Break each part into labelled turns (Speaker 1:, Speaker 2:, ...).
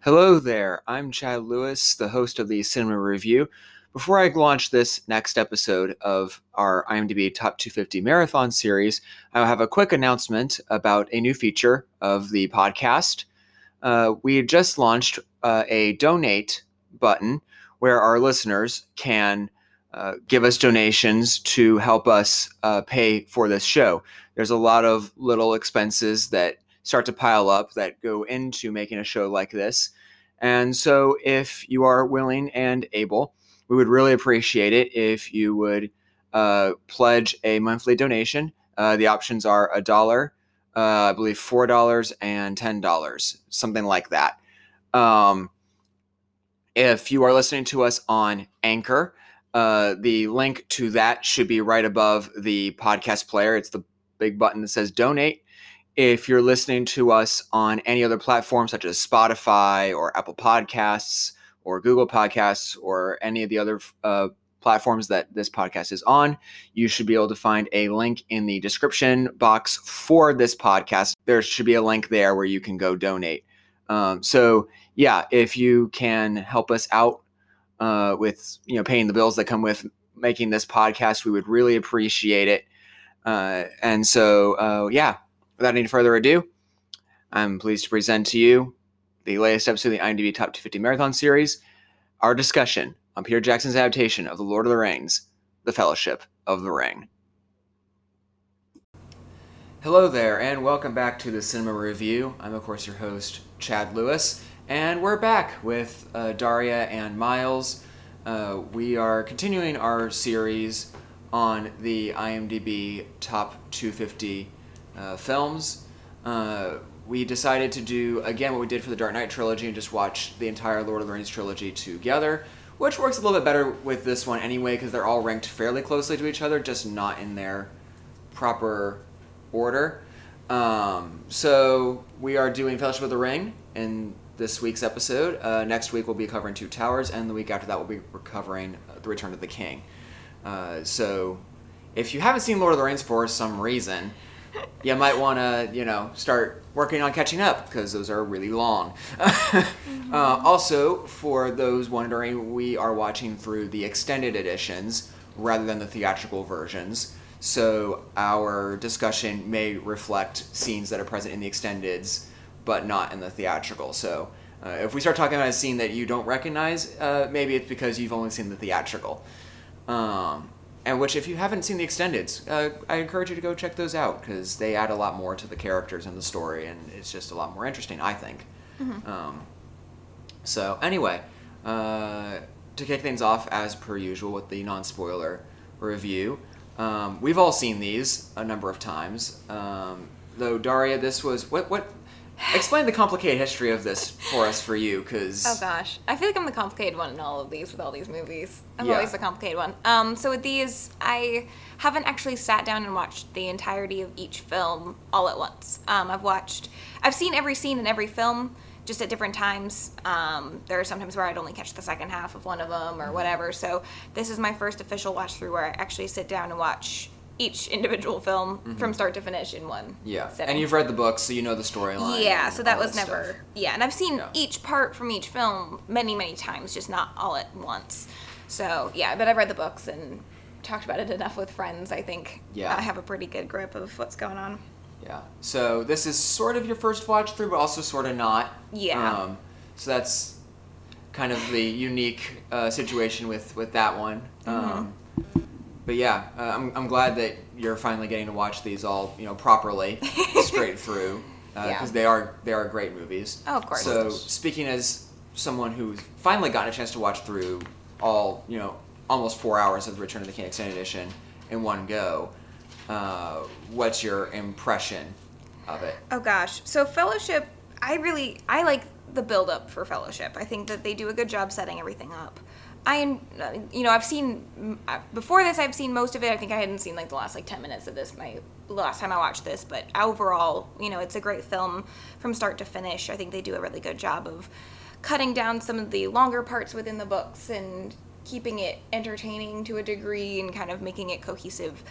Speaker 1: Hello there, I'm Chad Lewis, the host of the Cinema Review. Before I launch this next episode of our IMDb Top 250 Marathon series, I have a quick announcement about a new feature of the podcast. Uh, we just launched uh, a donate button where our listeners can uh, give us donations to help us uh, pay for this show. There's a lot of little expenses that start to pile up that go into making a show like this. And so, if you are willing and able, we would really appreciate it if you would uh, pledge a monthly donation. Uh, the options are a dollar, uh, I believe four dollars and ten dollars, something like that. Um, if you are listening to us on Anchor, uh, the link to that should be right above the podcast player. It's the big button that says donate. If you're listening to us on any other platform, such as Spotify or Apple Podcasts or Google Podcasts or any of the other uh, platforms that this podcast is on, you should be able to find a link in the description box for this podcast. There should be a link there where you can go donate. Um, so, yeah, if you can help us out uh, with you know paying the bills that come with making this podcast, we would really appreciate it. Uh, and so, uh, yeah, without any further ado, I'm pleased to present to you the latest episode of the IMDb Top 250 Marathon series, our discussion on Peter Jackson's adaptation of The Lord of the Rings, The Fellowship of the Ring. Hello there, and welcome back to the Cinema Review. I'm, of course, your host, Chad Lewis, and we're back with uh, Daria and Miles. Uh, we are continuing our series on the IMDb Top 250 uh, films. Uh, we decided to do, again, what we did for the Dark Knight trilogy and just watch the entire Lord of the Rings trilogy together, which works a little bit better with this one anyway, because they're all ranked fairly closely to each other, just not in their proper order. Um, so we are doing Fellowship of the Ring in this week's episode. Uh, next week we'll be covering Two Towers, and the week after that we'll be covering uh, The Return of the King. Uh, so if you haven't seen Lord of the Rings for some reason, you might want to you know start working on catching up because those are really long. uh, also, for those wondering, we are watching through the extended editions rather than the theatrical versions. So our discussion may reflect scenes that are present in the extendeds, but not in the theatrical. So uh, if we start talking about a scene that you don't recognize, uh, maybe it's because you've only seen the theatrical. Um, and which, if you haven't seen the extendeds, uh, I encourage you to go check those out because they add a lot more to the characters and the story, and it's just a lot more interesting, I think. Um, so, anyway, uh, to kick things off as per usual with the non spoiler review, um, we've all seen these a number of times. Um, though, Daria, this was. What? what Explain the complicated history of this for us, for you, because.
Speaker 2: Oh gosh, I feel like I'm the complicated one in all of these with all these movies. I'm
Speaker 1: Yeah.
Speaker 2: always the complicated one. Um, so with these, I haven't actually sat down and watched the entirety of each film all at once. Um, I've watched, I've seen every scene in every film, just at different times. Um, there are sometimes where I'd only catch the second half of one of them or whatever. So this is my first official watch through where I actually sit down and watch each individual film from start to finish in one.
Speaker 1: Yeah,
Speaker 2: sitting.
Speaker 1: and you've read the books, so you know the storyline.
Speaker 2: Yeah,
Speaker 1: and
Speaker 2: so that
Speaker 1: all
Speaker 2: was never.
Speaker 1: stuff.
Speaker 2: Yeah, and I've seen
Speaker 1: Yeah.
Speaker 2: each part from each film many, many times, just not all at once. So yeah, but I've read the books and talked about it enough with friends. I think
Speaker 1: Yeah.
Speaker 2: I have a pretty good grip of what's going on.
Speaker 1: Yeah, so this is sort of your first watch through, but also sort of not.
Speaker 2: Yeah.
Speaker 1: Um, so that's kind of the unique uh, situation with with that one.
Speaker 2: Mm-hmm.
Speaker 1: Um, but yeah, uh, I'm I'm glad that you're finally getting to watch these all you know properly, straight through, because
Speaker 2: Yeah.
Speaker 1: they are they are great movies.
Speaker 2: Oh, of course.
Speaker 1: So speaking as someone who's finally gotten a chance to watch through all you know almost four hours of the Return of the King extended edition in one go, uh, what's your impression of it?
Speaker 2: Oh gosh. So Fellowship, I really I like the build up for Fellowship. I think that they do a good job setting everything up. I uh, you know, I've seen mm, uh, before this I've seen most of it. I think I hadn't seen like the last like 10 minutes of this my last time I watched this, but overall, you know, it's a great film from start to finish. I think they do a really good job of cutting down some of the longer parts within the books and keeping it entertaining to a degree and kind of making it cohesive.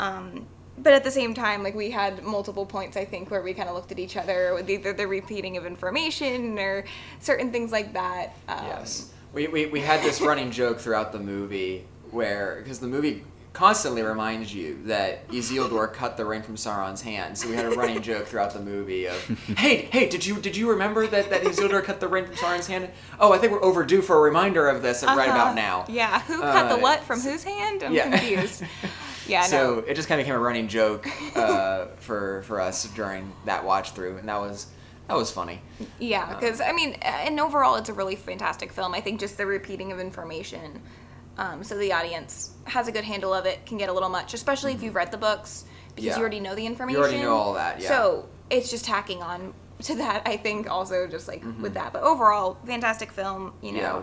Speaker 2: Um, but at the same time, like we had multiple points, I think, where we kind of looked at each other with either the repeating of information or certain things like that. Um,
Speaker 1: yes. We, we, we had this running joke throughout the movie where, because the movie constantly reminds you that Isildur cut the ring from Sauron's hand. So we had a running joke throughout the movie of, hey, hey, did you did you remember that, that Isildur cut the ring from Sauron's hand? Oh, I think we're overdue for a reminder of this right
Speaker 2: uh-huh.
Speaker 1: about now.
Speaker 2: Yeah, who cut
Speaker 1: Uh,
Speaker 2: the what from whose hand? I'm
Speaker 1: yeah.
Speaker 2: confused. Yeah,
Speaker 1: so
Speaker 2: no.
Speaker 1: it just kind of became a running joke uh, for for us during that watch through, and that was that was funny. Um,
Speaker 2: Yeah, because I mean, uh, and overall, it's a really fantastic film. I think just the repeating of information, um, so the audience has a good handle of it, can get a little much, especially if you've read the books because
Speaker 1: Mm-hmm. Yeah.
Speaker 2: you already know the information.
Speaker 1: know all that, yeah.
Speaker 2: So it's just tacking on to that. I think also just like with that, but overall, fantastic film. You know.
Speaker 1: Mm-hmm. Yeah.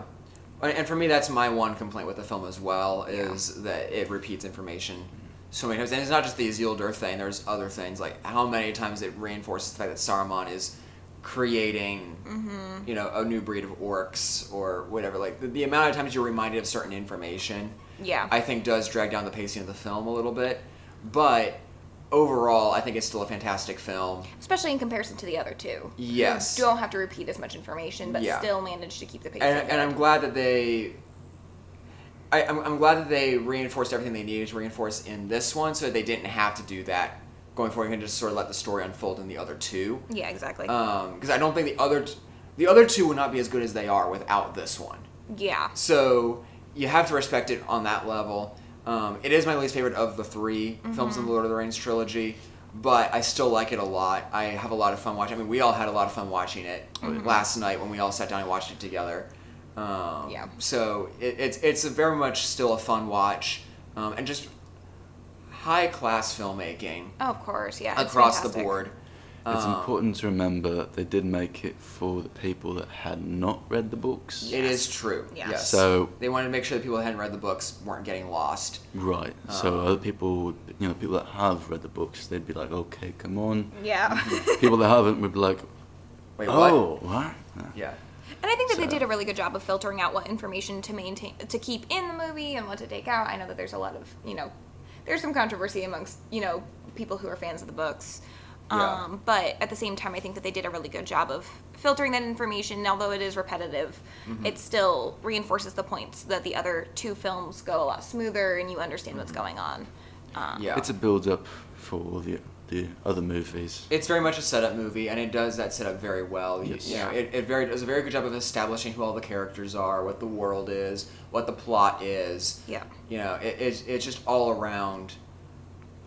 Speaker 1: And- And for me, that's my one complaint with the film as well is that it repeats information so many times. And it's not just the Isildur thing. There's other things like how many times it reinforces the fact that Saruman is creating, you know, a new breed of orcs or whatever. Like the, the amount of times you're reminded of certain information,
Speaker 2: Yeah.
Speaker 1: I think does drag down the pacing of the film a little bit. But overall, I think it's still a fantastic film.
Speaker 2: Especially in comparison to the other two. who
Speaker 1: Yes.
Speaker 2: Don't have to repeat as much information, but
Speaker 1: Yeah.
Speaker 2: still manage to keep the pacing.
Speaker 1: and, and I'm
Speaker 2: good.
Speaker 1: glad that they. I, I'm, I'm glad that they reinforced everything they needed to reinforce in this one, so that they didn't have to do that going forward. You can just sort of let the story unfold in the other two,
Speaker 2: Yeah, exactly.
Speaker 1: Uh, because I don't think the other t- the other two would not be as good as they are without this one.
Speaker 2: yeah.
Speaker 1: So you have to respect it on that level. Um, it is my least favorite of the 3
Speaker 2: Mm-hmm.
Speaker 1: films in the Lord of the Rings trilogy, but I still like it a lot. I have a lot of fun watching. I mean, we all had a lot of fun watching it
Speaker 2: Mm-hmm.
Speaker 1: last night when we all sat down and watched it together. Um,
Speaker 2: Yeah.
Speaker 1: So it, it's it's a very much still a fun watch, um, and just high class filmmaking
Speaker 2: Oh, of course. Yeah. it's
Speaker 1: across the
Speaker 2: fantastic.
Speaker 1: board.
Speaker 3: It's
Speaker 1: Um,
Speaker 3: important to remember that they did make it for the people that had not read the books.
Speaker 1: It is true.
Speaker 2: Yeah.
Speaker 1: Yes.
Speaker 3: So-
Speaker 1: they wanted to make sure that people that hadn't read the books weren't getting lost.
Speaker 3: Right. So
Speaker 1: Oh.
Speaker 3: other people, would, you know, people that have reard the books, they'd be like, okay, come on.
Speaker 1: Mm-hmm.
Speaker 2: Yeah.
Speaker 3: people that haven't would be like,
Speaker 1: Wait,
Speaker 3: oh, what?
Speaker 1: what? Yeah.
Speaker 2: And I think that they
Speaker 3: So-
Speaker 2: did a really good job of filtering out what information to maintain to keep in the movie and what to take out. I know that there's a lot of you know, there's some controversy amongst you know people who are fans of the books.
Speaker 1: Yeah.
Speaker 2: Um, but at the same time, I think that they did a really good job of filtering that information. And although it is repetitive,
Speaker 1: Mm-hmm.
Speaker 2: it still reinforces the points that the other two films go a lot smoother, and you understand what's going on. Um,
Speaker 1: Mm-hmm. Yeah.
Speaker 3: It's a build up for all the the other movies.
Speaker 1: it's very much a setup movie, and it does that setup very well. You-
Speaker 3: Yes.
Speaker 1: You know, it, it very does a very good job of establishing who all the characters are, what the world is, what the plot is.
Speaker 2: Yeah.
Speaker 1: You know, it, it's it's just all around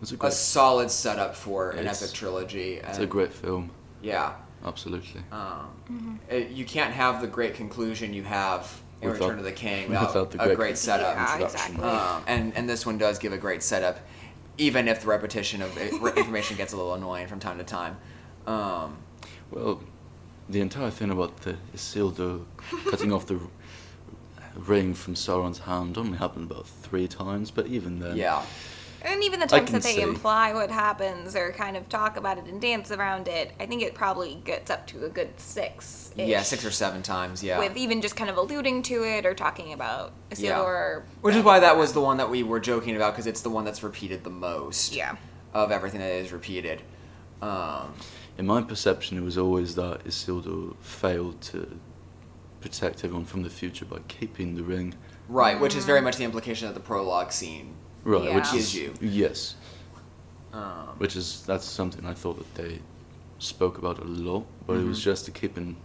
Speaker 3: It's a
Speaker 1: a
Speaker 3: great,
Speaker 1: solid setup for an
Speaker 3: It's-
Speaker 1: epic trilogy. And,
Speaker 3: it's a great film,
Speaker 1: Yeah.
Speaker 3: absolutely.
Speaker 1: Um,
Speaker 2: Mm-hmm.
Speaker 1: it- you can't have the great conclusion you have in
Speaker 3: Without-
Speaker 1: Return of the King without,
Speaker 3: without the
Speaker 1: a
Speaker 3: great
Speaker 1: great setup.
Speaker 2: Yeah,
Speaker 3: introduction.
Speaker 2: exactly.
Speaker 1: Um, and and this one does give a great setup, even if the repetition of it- information gets a little annoying from time to time. Um,
Speaker 3: Well, the entire thing about the Isildur cutting off the ring from Sauron's hand only happened about three times, but even then,
Speaker 1: yeah.
Speaker 2: And even the
Speaker 3: I
Speaker 2: times
Speaker 3: can
Speaker 2: that they
Speaker 3: see.
Speaker 2: imply what happens or kind of talk about it and dance around it, I think it probably gets up to a good six.
Speaker 1: Yeah, six or seven times. Yeah.
Speaker 2: With even just kind of alluding to it or talking about Isildur.
Speaker 1: Yeah.
Speaker 2: Or,
Speaker 1: Which is why that was the one that we were joking about because it's the one that's repeated the most.
Speaker 2: Yeah.
Speaker 1: Of everything that is repeated. Um,
Speaker 3: In my perception, it was always that Isildur failed to protect everyone from the future by keeping the ring.
Speaker 1: right, which is
Speaker 2: Mm.
Speaker 1: very much the implication of the prologue scene.
Speaker 3: Right, which
Speaker 2: Yeah.
Speaker 3: is
Speaker 1: Gives you.
Speaker 3: yes,
Speaker 1: Um,
Speaker 3: which is that's something I thought that they spoke about a lot, but it
Speaker 1: Mm-hmm.
Speaker 3: was just to keep in.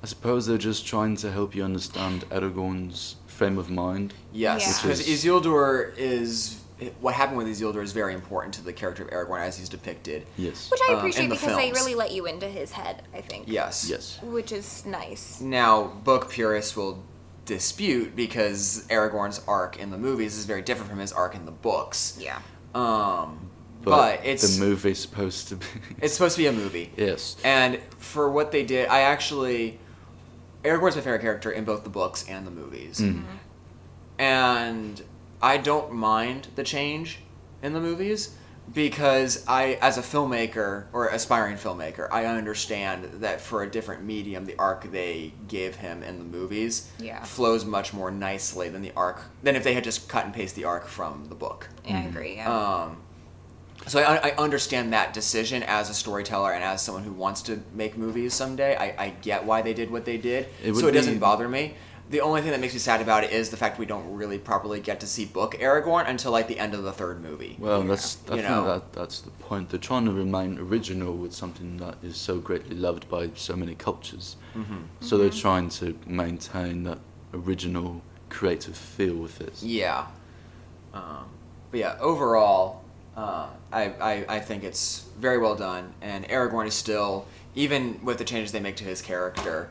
Speaker 3: I suppose they're just trying to help you understand Aragorn's frame of mind.
Speaker 1: yes,
Speaker 2: Yeah.
Speaker 1: because
Speaker 3: Which is-
Speaker 1: Isildur is what happened with Isildur is very important to the character of Aragorn as he's depicted.
Speaker 3: Yes.
Speaker 2: which I
Speaker 1: Um,
Speaker 2: appreciate
Speaker 1: in the
Speaker 2: because they
Speaker 1: films.
Speaker 2: really let you into his head, I think.
Speaker 1: Yes.
Speaker 3: Yes.
Speaker 2: Which is nice.
Speaker 1: Now, book purists will dispute because Aragorn's arc in the movies is very different from his arc in the books.
Speaker 2: Yeah.
Speaker 1: Um, but, it's
Speaker 3: the movie's supposed to be.
Speaker 1: it's supposed to be a movie.
Speaker 3: yes.
Speaker 1: And for what they did, I actually Aragorn's my favorite character in both the books and the movies.
Speaker 3: Hmm. Mm.
Speaker 1: And I don't mind the change in the movies because I as a filmmaker or aspiring filmmaker, I understand that for a different medium the arc they give him in the movies
Speaker 2: Yeah.
Speaker 1: flows much more nicely than the arc than if they had just cut and paste the arc from the book.
Speaker 2: Yeah, I agree. Yeah.
Speaker 1: Um, So I, I understand that decision as a storyteller and as someone who wants to make movies someday. I, I get why they did what they did.
Speaker 3: It
Speaker 1: so
Speaker 3: would
Speaker 1: it doesn't
Speaker 3: be-
Speaker 1: bother me. The only thing that makes me sad about it is the fact we don't really properly get to see book Aragorn until like the end of the third movie.
Speaker 3: Well, that's I
Speaker 1: You
Speaker 3: think
Speaker 1: know.
Speaker 3: that that's the point. They're trying to remain original with something that is so greatly loved by so many cultures.
Speaker 1: Mm-hmm.
Speaker 3: So they're trying to maintain that original creative feel with it.
Speaker 1: Yeah. Um, but yeah, overall, uh, I, I, I think it's very well done, and Aragorn is still, even with the changes they make to his character,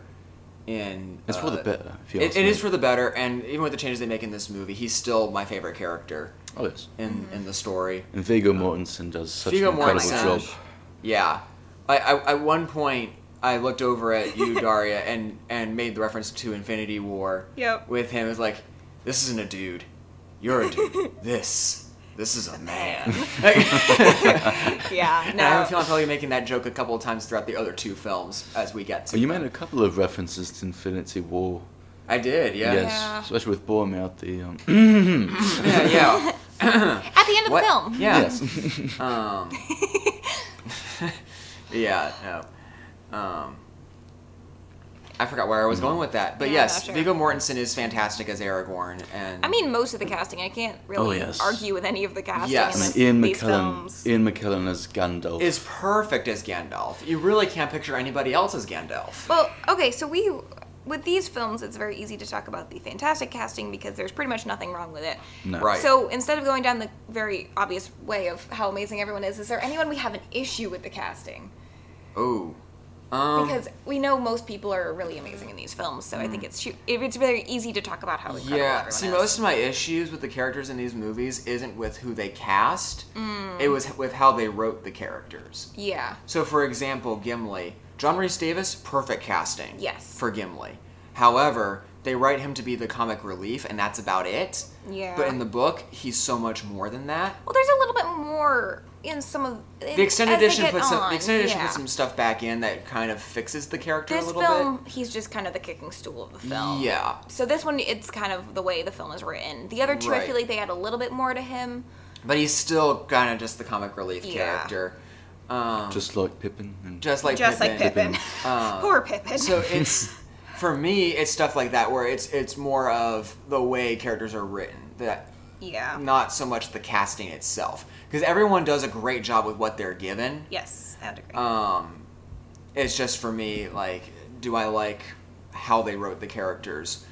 Speaker 1: in
Speaker 3: It's for the
Speaker 1: uh,
Speaker 3: better, if you
Speaker 1: It,
Speaker 3: ask
Speaker 1: it
Speaker 3: me.
Speaker 1: is for the better, and even with the changes they make in this movie, he's still my favorite character
Speaker 3: Oh yes.
Speaker 1: in in the story.
Speaker 3: And Viggo Mortensen does such
Speaker 1: Viggo
Speaker 3: an incredible
Speaker 1: Mortensen.
Speaker 3: job.
Speaker 1: Yeah, I, I at one point I looked over at you, Daria, and and made the reference to Infinity War.
Speaker 2: Yep.
Speaker 1: With him, it's like, this isn't a dude, you're a dude. this, this is a man.
Speaker 2: yeah,
Speaker 1: And I have
Speaker 2: no.
Speaker 1: a feeling I'll probably be making that joke a couple of times throughout the other two films as we get to.
Speaker 3: Well, Oh, you
Speaker 1: them.
Speaker 3: made a couple of references to Infinity War.
Speaker 1: I did, yeah.
Speaker 3: Yes,
Speaker 2: Yeah.
Speaker 3: especially with Boromir at the. Um,
Speaker 1: Yeah, yeah.
Speaker 2: At the end of
Speaker 1: What-
Speaker 2: the film.
Speaker 1: Yeah.
Speaker 3: Yes.
Speaker 1: Um, yeah, no. Um, I forgot where I was going with that, but
Speaker 2: Yeah,
Speaker 1: yes,
Speaker 2: sure.
Speaker 1: Viggo Mortensen is fantastic as Aragorn, and
Speaker 2: I mean, most of the casting. I can't really
Speaker 3: Oh, yes.
Speaker 2: argue with any of the casting
Speaker 1: Yes.
Speaker 2: in this,
Speaker 3: Ian
Speaker 2: these
Speaker 3: McKellen.
Speaker 2: films.
Speaker 3: Ian McKellen as Gandalf.
Speaker 1: is perfect as Gandalf. You really can't picture anybody else as Gandalf.
Speaker 2: Well, okay, so we with these films, it's very easy to talk about the fantastic casting because there's pretty much nothing wrong with it.
Speaker 3: No.
Speaker 1: Right.
Speaker 2: So instead of going down the very obvious way of how amazing everyone is, is there anyone we have an issue with the casting?
Speaker 1: Ooh. Um,
Speaker 2: Because we know most people are really amazing in these films, so I think it's shoot- it- it's very easy to talk about how incredible
Speaker 1: Mm. yeah.
Speaker 2: everyone
Speaker 1: See,
Speaker 2: is.
Speaker 1: most of my issues with the characters in these movies isn't with who they cast;
Speaker 2: Mm.
Speaker 1: it was with how they wrote the characters.
Speaker 2: yeah.
Speaker 1: So, for example, Gimli. John Rhys Davis, perfect casting.
Speaker 2: Yes.
Speaker 1: For Gimli. However, they write him to be the comic relief, and that's about it.
Speaker 2: Yeah.
Speaker 1: But in the book, he's so much more than that.
Speaker 2: Well, there's a little bit more in some of
Speaker 1: The extended edition puts some,
Speaker 2: on,
Speaker 1: the extended edition
Speaker 2: yeah.
Speaker 1: puts some stuff back in that kind of fixes the character a
Speaker 2: This
Speaker 1: little
Speaker 2: film, he's just kind of the kicking stool of the film.
Speaker 1: Yeah.
Speaker 2: So this one, it's kind of the way the film is written. The other two, I
Speaker 1: Right.
Speaker 2: feel like they add a little bit more to him.
Speaker 1: bit. But he's still kind of just the comic relief
Speaker 2: Yeah.
Speaker 1: character. Um, just,
Speaker 3: just like Pippin. And
Speaker 1: like Pippin. Um,
Speaker 3: Pippin.
Speaker 2: Poor Pippin.
Speaker 1: so it's for me, it's stuff like that where it's it's more of the way characters are written that
Speaker 2: yeah.
Speaker 1: not so much the casting itself because everyone does a great job with what they're given
Speaker 2: Yes, I would agree.
Speaker 1: um it's just for me like do i like how they wrote the characters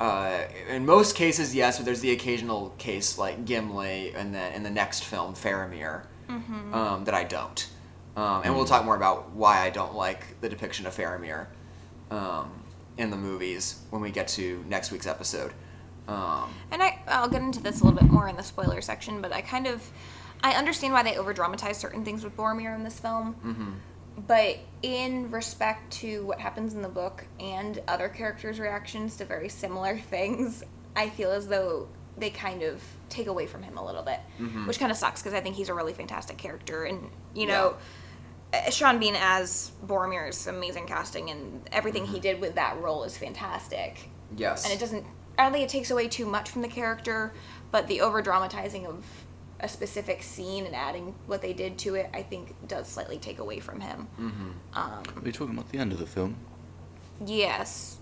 Speaker 1: uh, in most cases, yes, but there's the occasional case like Gimli, and then in the next film, Faramir,
Speaker 2: Mm-hmm.
Speaker 1: um, that I don't. Um, and we'll talk more about why I don't like the depiction of Faramir um, in the movies when we get to next week's episode. Um,
Speaker 2: and I, I'll get into this a little bit more in the spoiler section, but I kind of, I understand why they over dramatize certain things with Boromir in this film.
Speaker 1: mm-hmm.
Speaker 2: But in respect to what happens in the book and other characters' reactions to very similar things, I feel as though they kind of take away from him a little bit, which kind of sucks because I think he's a really fantastic character, and you know. uh, Sean Bean as Boromir is amazing casting, and everything he did with that role is fantastic
Speaker 1: yes.
Speaker 2: and it doesn't i don't think it takes away too much from the character but the over dramatizing of a specific scene and adding what they did to it i think does slightly take away from him
Speaker 1: Mm-hmm. Um,
Speaker 3: Are you talking about the end of the film? Mm.
Speaker 2: yes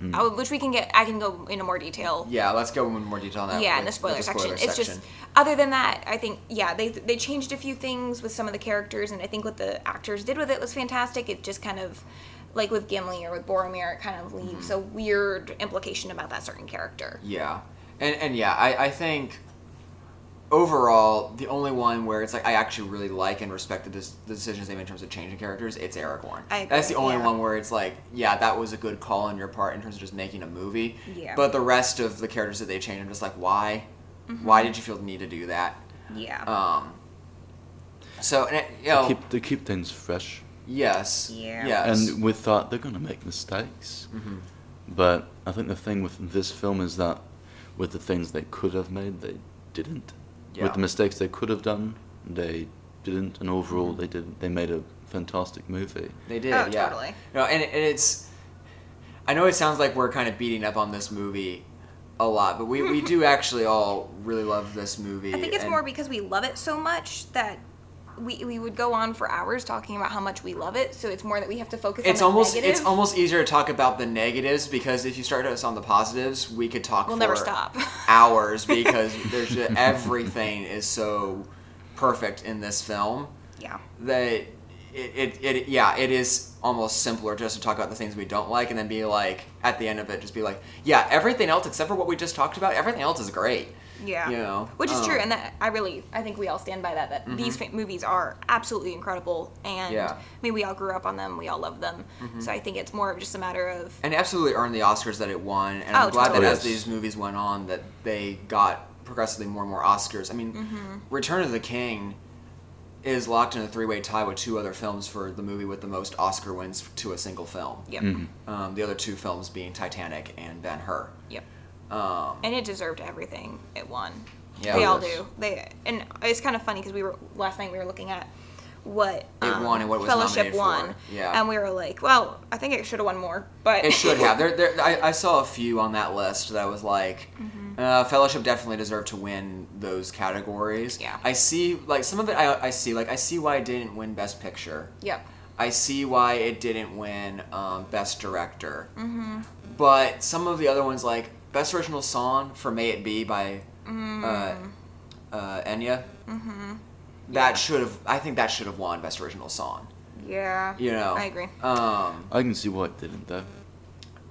Speaker 1: Hmm.
Speaker 2: Uh, which we can get i can go into more detail
Speaker 1: Yeah, let's go in more detail now.
Speaker 2: yeah
Speaker 1: with-
Speaker 2: in the spoiler,
Speaker 1: with
Speaker 2: section it's just other than that i think yeah they they changed a few things with some of the characters and i think what the actors did with it was fantastic it just kind of like with gimli or with boromir it kind of
Speaker 1: Mm-hmm.
Speaker 2: leaves a weird implication about that certain character
Speaker 1: Yeah, and and yeah, I I think overall the only one where it's like I actually really like and respect the, dis- the decisions they made in terms of changing characters, it's Aragorn.
Speaker 2: I agree,
Speaker 1: That's the only
Speaker 2: yeah.
Speaker 1: one where it's like, yeah, that was a good call on your part in terms of just making a movie.
Speaker 2: Yeah.
Speaker 1: But the rest of the characters that they changed, I'm just like, why?
Speaker 2: Mm-hmm.
Speaker 1: Why did you feel the need to do that?
Speaker 2: yeah
Speaker 1: Um. So and it, you know,
Speaker 3: Keep to keep things fresh.
Speaker 1: yes,
Speaker 2: Yeah.
Speaker 1: yes, Mm-hmm.
Speaker 3: And with that, they're going to make mistakes. But I think the thing with this film is that with the things they could have made, they didn't.
Speaker 1: Yeah.
Speaker 3: With the mistakes they could have done, they didn't. And overall, they did. They made a fantastic movie.
Speaker 1: They did.
Speaker 2: Oh,
Speaker 1: yeah.
Speaker 2: totally.
Speaker 1: No, and, and it's. I know it sounds like we're kind of beating up on this movie, a lot, but we, we do actually all really love this movie.
Speaker 2: I think it's
Speaker 1: and-
Speaker 2: more because we love it so much that we, we would go on for hours talking about how much we love it. So it's more that we have to focus.
Speaker 1: It's
Speaker 2: on the
Speaker 1: almost
Speaker 2: negative.
Speaker 1: it's almost easier to talk about the negatives because if you start us on the positives, we could talk
Speaker 2: We'll
Speaker 1: for
Speaker 2: never stop.
Speaker 1: hours because there's just, everything is so perfect in this film
Speaker 2: yeah.
Speaker 1: that it, it it yeah it is almost simpler just to talk about the things we don't like and then be like at the end of it just be like yeah everything else except for what we just talked about everything else is great
Speaker 2: Yeah.
Speaker 1: you know
Speaker 2: Which is
Speaker 1: um, Mm-hmm.
Speaker 2: true, and that I really, I think we all stand by that. That these fa- movies are absolutely incredible, and
Speaker 1: Yeah. Mm-hmm.
Speaker 2: I mean, we all grew up on them, we all love them. So I think it's more of just a matter of
Speaker 1: and absolutely earned the Oscars that it won. And I'm
Speaker 2: Oh,
Speaker 1: glad
Speaker 2: totally.
Speaker 1: that
Speaker 3: Oh,
Speaker 1: as
Speaker 3: yes.
Speaker 1: these movies went on, that they got progressively more and more Oscars. I mean,
Speaker 2: Mm-hmm.
Speaker 1: Return of the King is locked in a three-way tie with two other films for the movie with the most Oscar wins to a single film.
Speaker 2: yep,
Speaker 1: Um, the other two films being Titanic and Ben Hur.
Speaker 2: yep.
Speaker 1: Um,
Speaker 2: and it deserved everything it won.
Speaker 1: Yeah,
Speaker 2: they
Speaker 1: it
Speaker 2: all
Speaker 1: was.
Speaker 2: do. They and it's kind of funny because we were last night we were looking at what
Speaker 1: It
Speaker 2: um,
Speaker 1: won and what it was
Speaker 2: Fellowship
Speaker 1: nominated
Speaker 2: won,
Speaker 1: for. Yeah.
Speaker 2: and we were like, well, I think it should have won more, but
Speaker 1: it should have. There, there. I, I saw a few on that list that I was like,
Speaker 2: Mm-hmm.
Speaker 1: uh, Fellowship definitely deserved to win those categories.
Speaker 2: Yeah.
Speaker 1: I see, like some of it. I, I see, like I see why it didn't win Best Picture.
Speaker 2: yep,
Speaker 1: I see why it didn't win um, Best Director. Mm-hmm. But some of the other ones, like Best Original Song for May It Be by
Speaker 2: Mm-hmm.
Speaker 1: uh, uh, Enya, mm-hmm. that should have, I think that should have won Best Original Song.
Speaker 2: yeah,
Speaker 1: You know?
Speaker 2: I agree.
Speaker 1: Um,
Speaker 3: I can see why it didn't though.
Speaker 1: uh,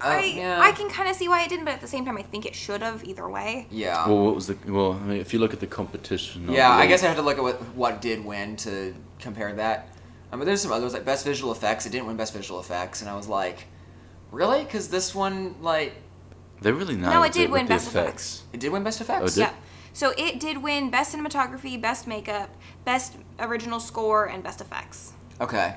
Speaker 2: I,
Speaker 1: yeah.
Speaker 2: I can kind of see why it didn't, but at the same time, I think it should have either way.
Speaker 1: Yeah.
Speaker 3: Well, what was the? Well, I mean, if you look at the competition.
Speaker 1: Ah. yeah, I
Speaker 3: overall-
Speaker 1: guess I have to look at what, what did win to compare that. I mean, there's some others, like Best Visual Effects. It didn't win Best Visual Effects, and I was like, really? Because this one, like,
Speaker 3: They're really nice.
Speaker 2: it did win Best Effects.
Speaker 1: it did win Best Effects?
Speaker 3: did Oh, it?
Speaker 2: Yeah. So it did win best cinematography, best makeup, best original score, and best effects,
Speaker 1: Okay.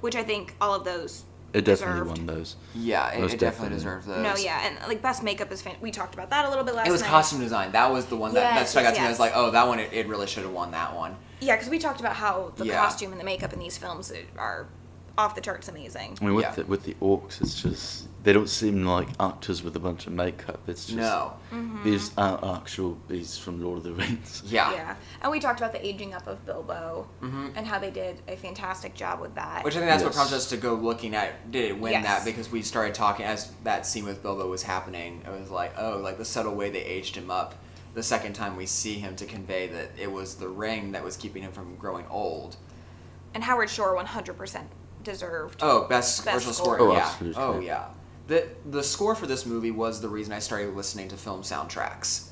Speaker 2: which I think all of those
Speaker 3: It definitely
Speaker 2: deserved.
Speaker 3: won those.
Speaker 1: Yeah, it,
Speaker 3: Most
Speaker 1: it definitely
Speaker 3: definitely.
Speaker 1: deserved those.
Speaker 2: No, yeah, and like best makeup is fan- we talked about that a little bit last
Speaker 1: It was
Speaker 2: night.
Speaker 1: costume design. That was the one that, that
Speaker 2: Yes,
Speaker 1: stuck out
Speaker 2: yes,
Speaker 1: to me. I was
Speaker 2: yes.
Speaker 1: like, oh, that one, it, it really should have won that one.
Speaker 2: Yeah, because we talked about how the
Speaker 1: Yeah.
Speaker 2: costume and the makeup in these films are off the charts amazing.
Speaker 3: I mean, with
Speaker 1: Yeah.
Speaker 3: the, with the orcs, it's just they don't seem like actors with a bunch of makeup. It's just
Speaker 1: No.
Speaker 3: these are actual beasts from Lord of the Rings.
Speaker 1: Yeah. Mm-hmm.
Speaker 2: Yeah, and we talked about the aging up of Bilbo and how they did a fantastic job with that.
Speaker 1: Which I think that's what
Speaker 3: Yes.
Speaker 1: prompted us to go looking at did it win
Speaker 2: Yes.
Speaker 1: that because we started talking as that scene with Bilbo was happening. It was like, oh, like the subtle way they aged him up the second time we see him to convey that it was the ring that was keeping him from growing old.
Speaker 2: and Howard Shore 100% deserved.
Speaker 1: Oh, best,
Speaker 2: Best
Speaker 1: original score.
Speaker 2: score.
Speaker 3: Oh,
Speaker 1: yeah.
Speaker 3: absolutely.
Speaker 1: Oh, yeah. The the score for this movie was the reason I started listening to film soundtracks.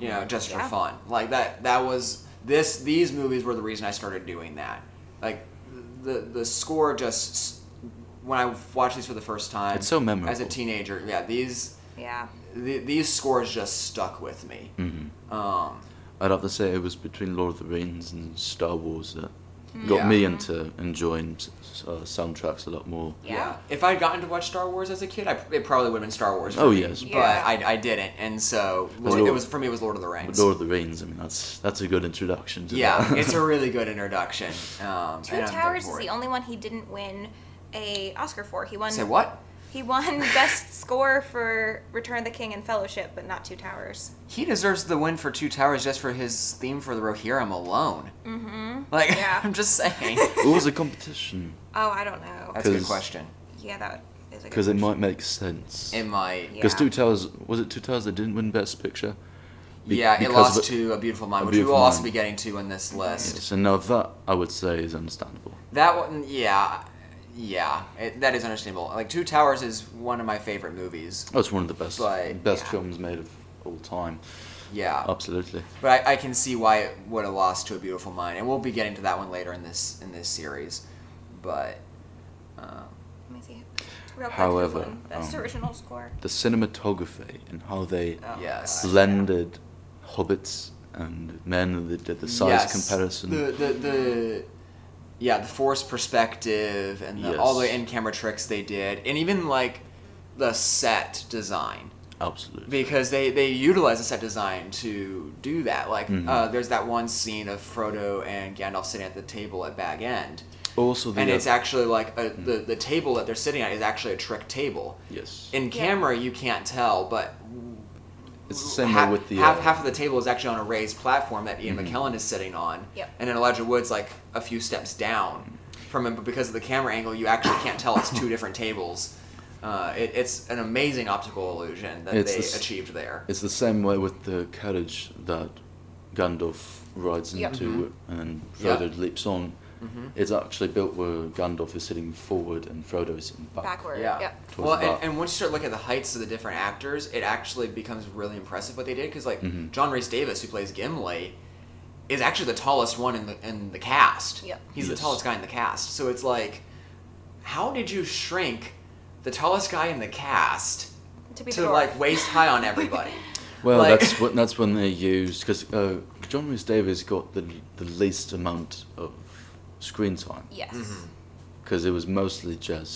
Speaker 1: You know, just for
Speaker 2: Mm-hmm. Yeah.
Speaker 1: fun. Like that. That was this. These movies were the reason I started doing that. Like the the score just s- when I watched these for the first time.
Speaker 3: It's so memorable.
Speaker 1: As a teenager, yeah. These
Speaker 2: Yeah.
Speaker 1: the, these scores just stuck with me.
Speaker 3: Mm.
Speaker 1: Um,
Speaker 3: I'd have to say it was between Lord of the Rings and Star Wars that got
Speaker 1: Mm-hmm. Yeah.
Speaker 3: me into enjoying s- s- uh, soundtracks a lot more.
Speaker 2: Yeah.
Speaker 1: If I'd gotten to watch Star Wars as a kid, I, it probably would have been Star Wars. For
Speaker 3: Oh,
Speaker 1: me,
Speaker 3: yes.
Speaker 1: But
Speaker 2: Yeah.
Speaker 1: I, I didn't, and so
Speaker 3: Well,
Speaker 1: it was for me. It was Lord of the Rings.
Speaker 3: But Lord of the Rings, I mean, that's that's a good introduction to
Speaker 1: Yeah,
Speaker 3: that.
Speaker 1: it's a really good introduction. Um,
Speaker 2: Two
Speaker 1: and I'm
Speaker 2: Towers
Speaker 1: looking
Speaker 2: is
Speaker 1: forward.
Speaker 2: the only one he didn't win a Oscar for. He won
Speaker 1: Say what?
Speaker 2: He won best score for Return of the King and Fellowship, but not Two Towers.
Speaker 1: He deserves the win for Two Towers just for his theme for the Rohirrim alone. Mm-hmm. Like,
Speaker 2: Yeah.
Speaker 1: I'm just saying.
Speaker 3: What was the competition?
Speaker 2: Oh, I don't know.
Speaker 1: That's a good
Speaker 3: 'Cause-
Speaker 1: question.
Speaker 2: yeah, that is a good
Speaker 3: Because it
Speaker 2: question.
Speaker 3: might make sense.
Speaker 1: It might.
Speaker 2: Yeah.
Speaker 3: Because Two Towers was it Two Towers that didn't win Best Picture? Be-
Speaker 1: yeah, it
Speaker 3: because
Speaker 1: lost
Speaker 3: of it-
Speaker 1: to A Beautiful Mind,
Speaker 3: A
Speaker 1: which
Speaker 3: Beautiful
Speaker 1: we will also
Speaker 3: Mind.
Speaker 1: be getting to in this list.
Speaker 3: Yes, and now that I would say is understandable.
Speaker 1: That one, yeah. Yeah, it, that is understandable. Like, Two Towers is one of my favorite movies.
Speaker 3: That's one of the best
Speaker 1: Like,
Speaker 3: best
Speaker 1: yeah.
Speaker 3: films made of all time.
Speaker 1: Yeah.
Speaker 3: Absolutely.
Speaker 1: But I, I can see why it would have lost to a beautiful mind, and we'll be getting to that one later in this in this series. But um,
Speaker 2: Let me see. Real quick, who
Speaker 3: However,
Speaker 2: won best
Speaker 3: um,
Speaker 2: original score.
Speaker 3: The cinematography and how they
Speaker 2: Oh,
Speaker 1: yes,
Speaker 2: gosh.
Speaker 3: blended hobbits and men that did the size
Speaker 1: Yes.
Speaker 3: comparison.
Speaker 1: The, the the yeah, the force perspective and the, all the
Speaker 3: Yes.
Speaker 1: in-camera tricks they did, and even like the set design
Speaker 3: Absolutely.
Speaker 1: because they they utilize the set design to do that. Like
Speaker 3: Mm-hmm.
Speaker 1: uh, there's that one scene of Frodo and Gandalf sitting at the table at Bag End.
Speaker 3: also the
Speaker 1: And it's
Speaker 3: uh,
Speaker 1: actually like a, the the table that they're sitting at is actually a trick table.
Speaker 3: yes.
Speaker 1: In
Speaker 2: Yeah.
Speaker 1: camera, you can't tell, but
Speaker 3: It's the same
Speaker 1: half,
Speaker 3: way with the
Speaker 1: half,
Speaker 3: uh, Mm-hmm.
Speaker 1: half of the table is actually on a raised platform that Ian McKellen is sitting on,
Speaker 2: Yep.
Speaker 1: and then Elijah Wood's like a few steps down from him, but because of the camera angle, you actually can't tell it's two different tables. Uh, it, it's an amazing optical illusion that
Speaker 3: It's
Speaker 1: they
Speaker 3: the s-
Speaker 1: achieved there.
Speaker 3: It's the same way with the carriage that Gandalf rides
Speaker 2: Yeah.
Speaker 3: into
Speaker 1: Mm-hmm.
Speaker 3: and then
Speaker 1: Yeah.
Speaker 3: Frodo leaps on.
Speaker 1: Mm-hmm.
Speaker 3: It's actually built where Gandalf is sitting forward and Frodo is sitting back.
Speaker 2: Backward.
Speaker 1: Yeah.
Speaker 2: Yep.
Speaker 3: Towards
Speaker 1: Well,
Speaker 3: the
Speaker 1: and,
Speaker 3: back.
Speaker 1: and once you start looking at the heights of the different actors, it actually becomes really impressive what they did because like
Speaker 3: Mm-hmm.
Speaker 1: John Rhys Davis, who plays Gimli, is actually the tallest one in the in the cast.
Speaker 2: Yep.
Speaker 1: He's
Speaker 3: Yes.
Speaker 1: the tallest guy in the cast. So it's like, how did you shrink the tallest guy in the cast
Speaker 2: To be the
Speaker 1: to
Speaker 2: dwarf.
Speaker 1: like waist high on everybody?
Speaker 3: Well,
Speaker 1: Like-
Speaker 3: that's what that's when they used because uh, John Rhys Davies got the the least amount of screen time
Speaker 2: Yes.
Speaker 1: Mm-hmm.
Speaker 3: Mm-hmm. because it was mostly just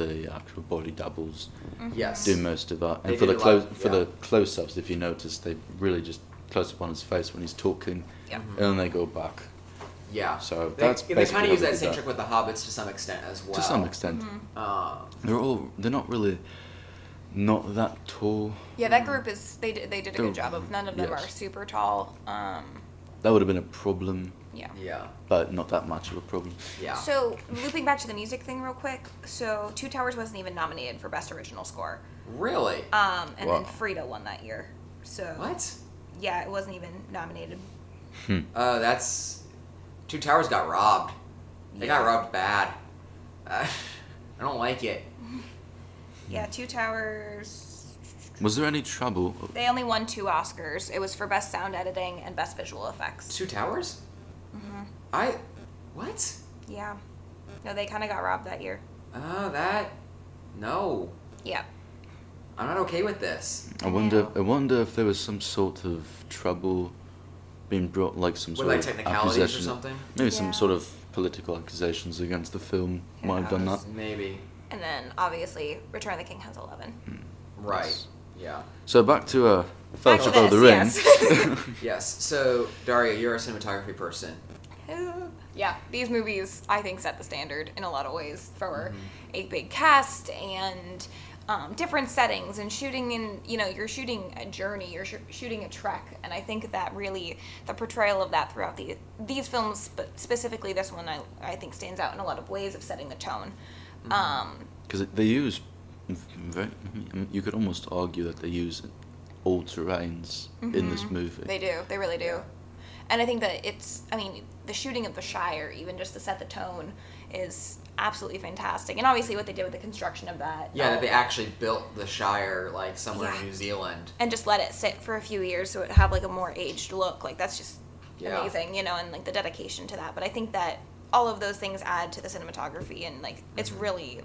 Speaker 3: the actual body doubles
Speaker 2: Mm-hmm.
Speaker 1: yes.
Speaker 3: do most of that, and
Speaker 1: They
Speaker 3: for the
Speaker 1: did a lot,
Speaker 3: close for
Speaker 1: yeah.
Speaker 3: the close ups, if you notice, they really just close up on his face when he's talking,
Speaker 2: Yeah.
Speaker 3: and then they go back.
Speaker 1: Yeah.
Speaker 3: So
Speaker 1: Mm-hmm. they,
Speaker 3: that's
Speaker 1: they kind
Speaker 3: basically
Speaker 1: of
Speaker 3: how
Speaker 1: use
Speaker 3: they
Speaker 1: that
Speaker 3: did
Speaker 1: same
Speaker 3: that.
Speaker 1: trick with the hobbits to some extent as well.
Speaker 3: To some extent,
Speaker 2: Mm-hmm.
Speaker 1: Um,
Speaker 3: they're all they're not really not that tall.
Speaker 2: Yeah, that group is they did, they did a
Speaker 3: They're-
Speaker 2: good job of none of them
Speaker 3: yes.
Speaker 2: are super tall. Um,
Speaker 3: That would have been a problem,
Speaker 2: yeah.
Speaker 1: yeah.
Speaker 3: but not that much of a problem.
Speaker 1: Yeah.
Speaker 2: So looping back to the music thing real quick. So Two Towers wasn't even nominated for best original score.
Speaker 1: really?
Speaker 2: Um, and
Speaker 3: Wow.
Speaker 2: then Frida won that year. So
Speaker 1: what?
Speaker 2: yeah, it wasn't even nominated.
Speaker 1: Uh, that's Two Towers got robbed. They got
Speaker 2: Yeah.
Speaker 1: robbed bad. Uh, I don't like it.
Speaker 2: Yeah, Two Towers.
Speaker 3: Was there any trouble?
Speaker 2: They only won two Oscars. It was for best sound editing and best visual effects.
Speaker 1: Two Towers?
Speaker 2: Mm-hmm.
Speaker 1: I. What?
Speaker 2: Yeah. No, they kind of got robbed that year.
Speaker 1: Oh, that. No.
Speaker 2: Yeah.
Speaker 1: I'm not okay with this.
Speaker 3: I wonder. I wonder if there was some sort of trouble being brought, like some
Speaker 1: With
Speaker 3: sort
Speaker 1: like
Speaker 3: of
Speaker 1: technicalities or
Speaker 3: accusation.
Speaker 1: something?
Speaker 3: Maybe
Speaker 2: Yeah.
Speaker 3: some sort of political accusations against the film
Speaker 2: Who
Speaker 3: might have done
Speaker 2: knows?
Speaker 3: that.
Speaker 1: Maybe.
Speaker 2: And then obviously Return of the King has 11.
Speaker 1: Right.
Speaker 3: Yes.
Speaker 1: Yeah.
Speaker 3: So back to uh,
Speaker 2: Back
Speaker 3: Fellowship
Speaker 2: to
Speaker 3: of the Ring.
Speaker 2: this,
Speaker 1: Yes. So, Daria, you're a cinematography person.
Speaker 2: yeah, these movies I think set the standard in a lot of ways
Speaker 1: Mm-hmm.
Speaker 2: for a big cast and um, different settings and shooting in you know you're shooting a journey, you're sh- shooting a trek, and I think that really the portrayal of that throughout the these films, but specifically this one, I I think stands out in a lot of ways of setting the tone.
Speaker 1: Mm-hmm.
Speaker 2: Um,
Speaker 3: Because they use, very, I mean, you could almost argue that they use all terrains in this movie.
Speaker 2: Mm-hmm. They do. They really do. And I think that it's, I mean, the shooting of the Shire, even just to set the tone, is absolutely fantastic. And obviously, what they did with the construction of that.
Speaker 1: Yeah, that they
Speaker 2: um,
Speaker 1: actually built the Shire like somewhere
Speaker 2: Yeah.
Speaker 1: in New Zealand.
Speaker 2: And just let it sit for a few years so it had like a more aged look. Like, that's just
Speaker 1: Yeah.
Speaker 2: amazing, you know, and like the dedication to that. But I think that all of those things add to the cinematography, and like,
Speaker 1: Mm-hmm.
Speaker 2: it's really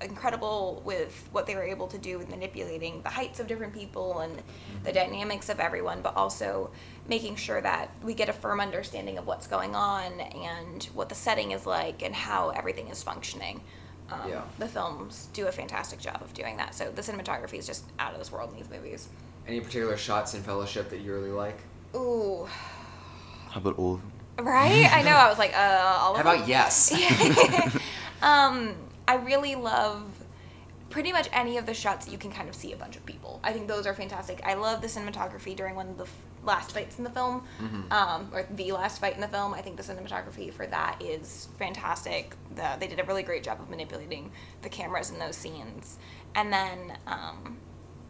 Speaker 2: incredible with what they were able to do with manipulating the heights of different people and
Speaker 1: Mm-hmm.
Speaker 2: the dynamics of everyone, but also making sure that we get a firm understanding of what's going on and what the setting is like and how everything is functioning. Um,
Speaker 1: Yeah.
Speaker 2: The films do a fantastic job of doing that. So the cinematography is just out of this world in these movies.
Speaker 1: Any particular shots in Fellowship that you really like?
Speaker 2: Ooh,
Speaker 3: How about all? of them?
Speaker 2: right? I know. I was like, uh, all
Speaker 1: How
Speaker 2: of
Speaker 1: about yes?
Speaker 2: um, I really love pretty much any of the shots that you can kind of see a bunch of people. I think those are fantastic. I love the cinematography during one of the f- last fights in the film,
Speaker 1: Mm-hmm.
Speaker 2: um, or the last fight in the film. I think the cinematography for that is fantastic. The, they did a really great job of manipulating the cameras in those scenes. And then um,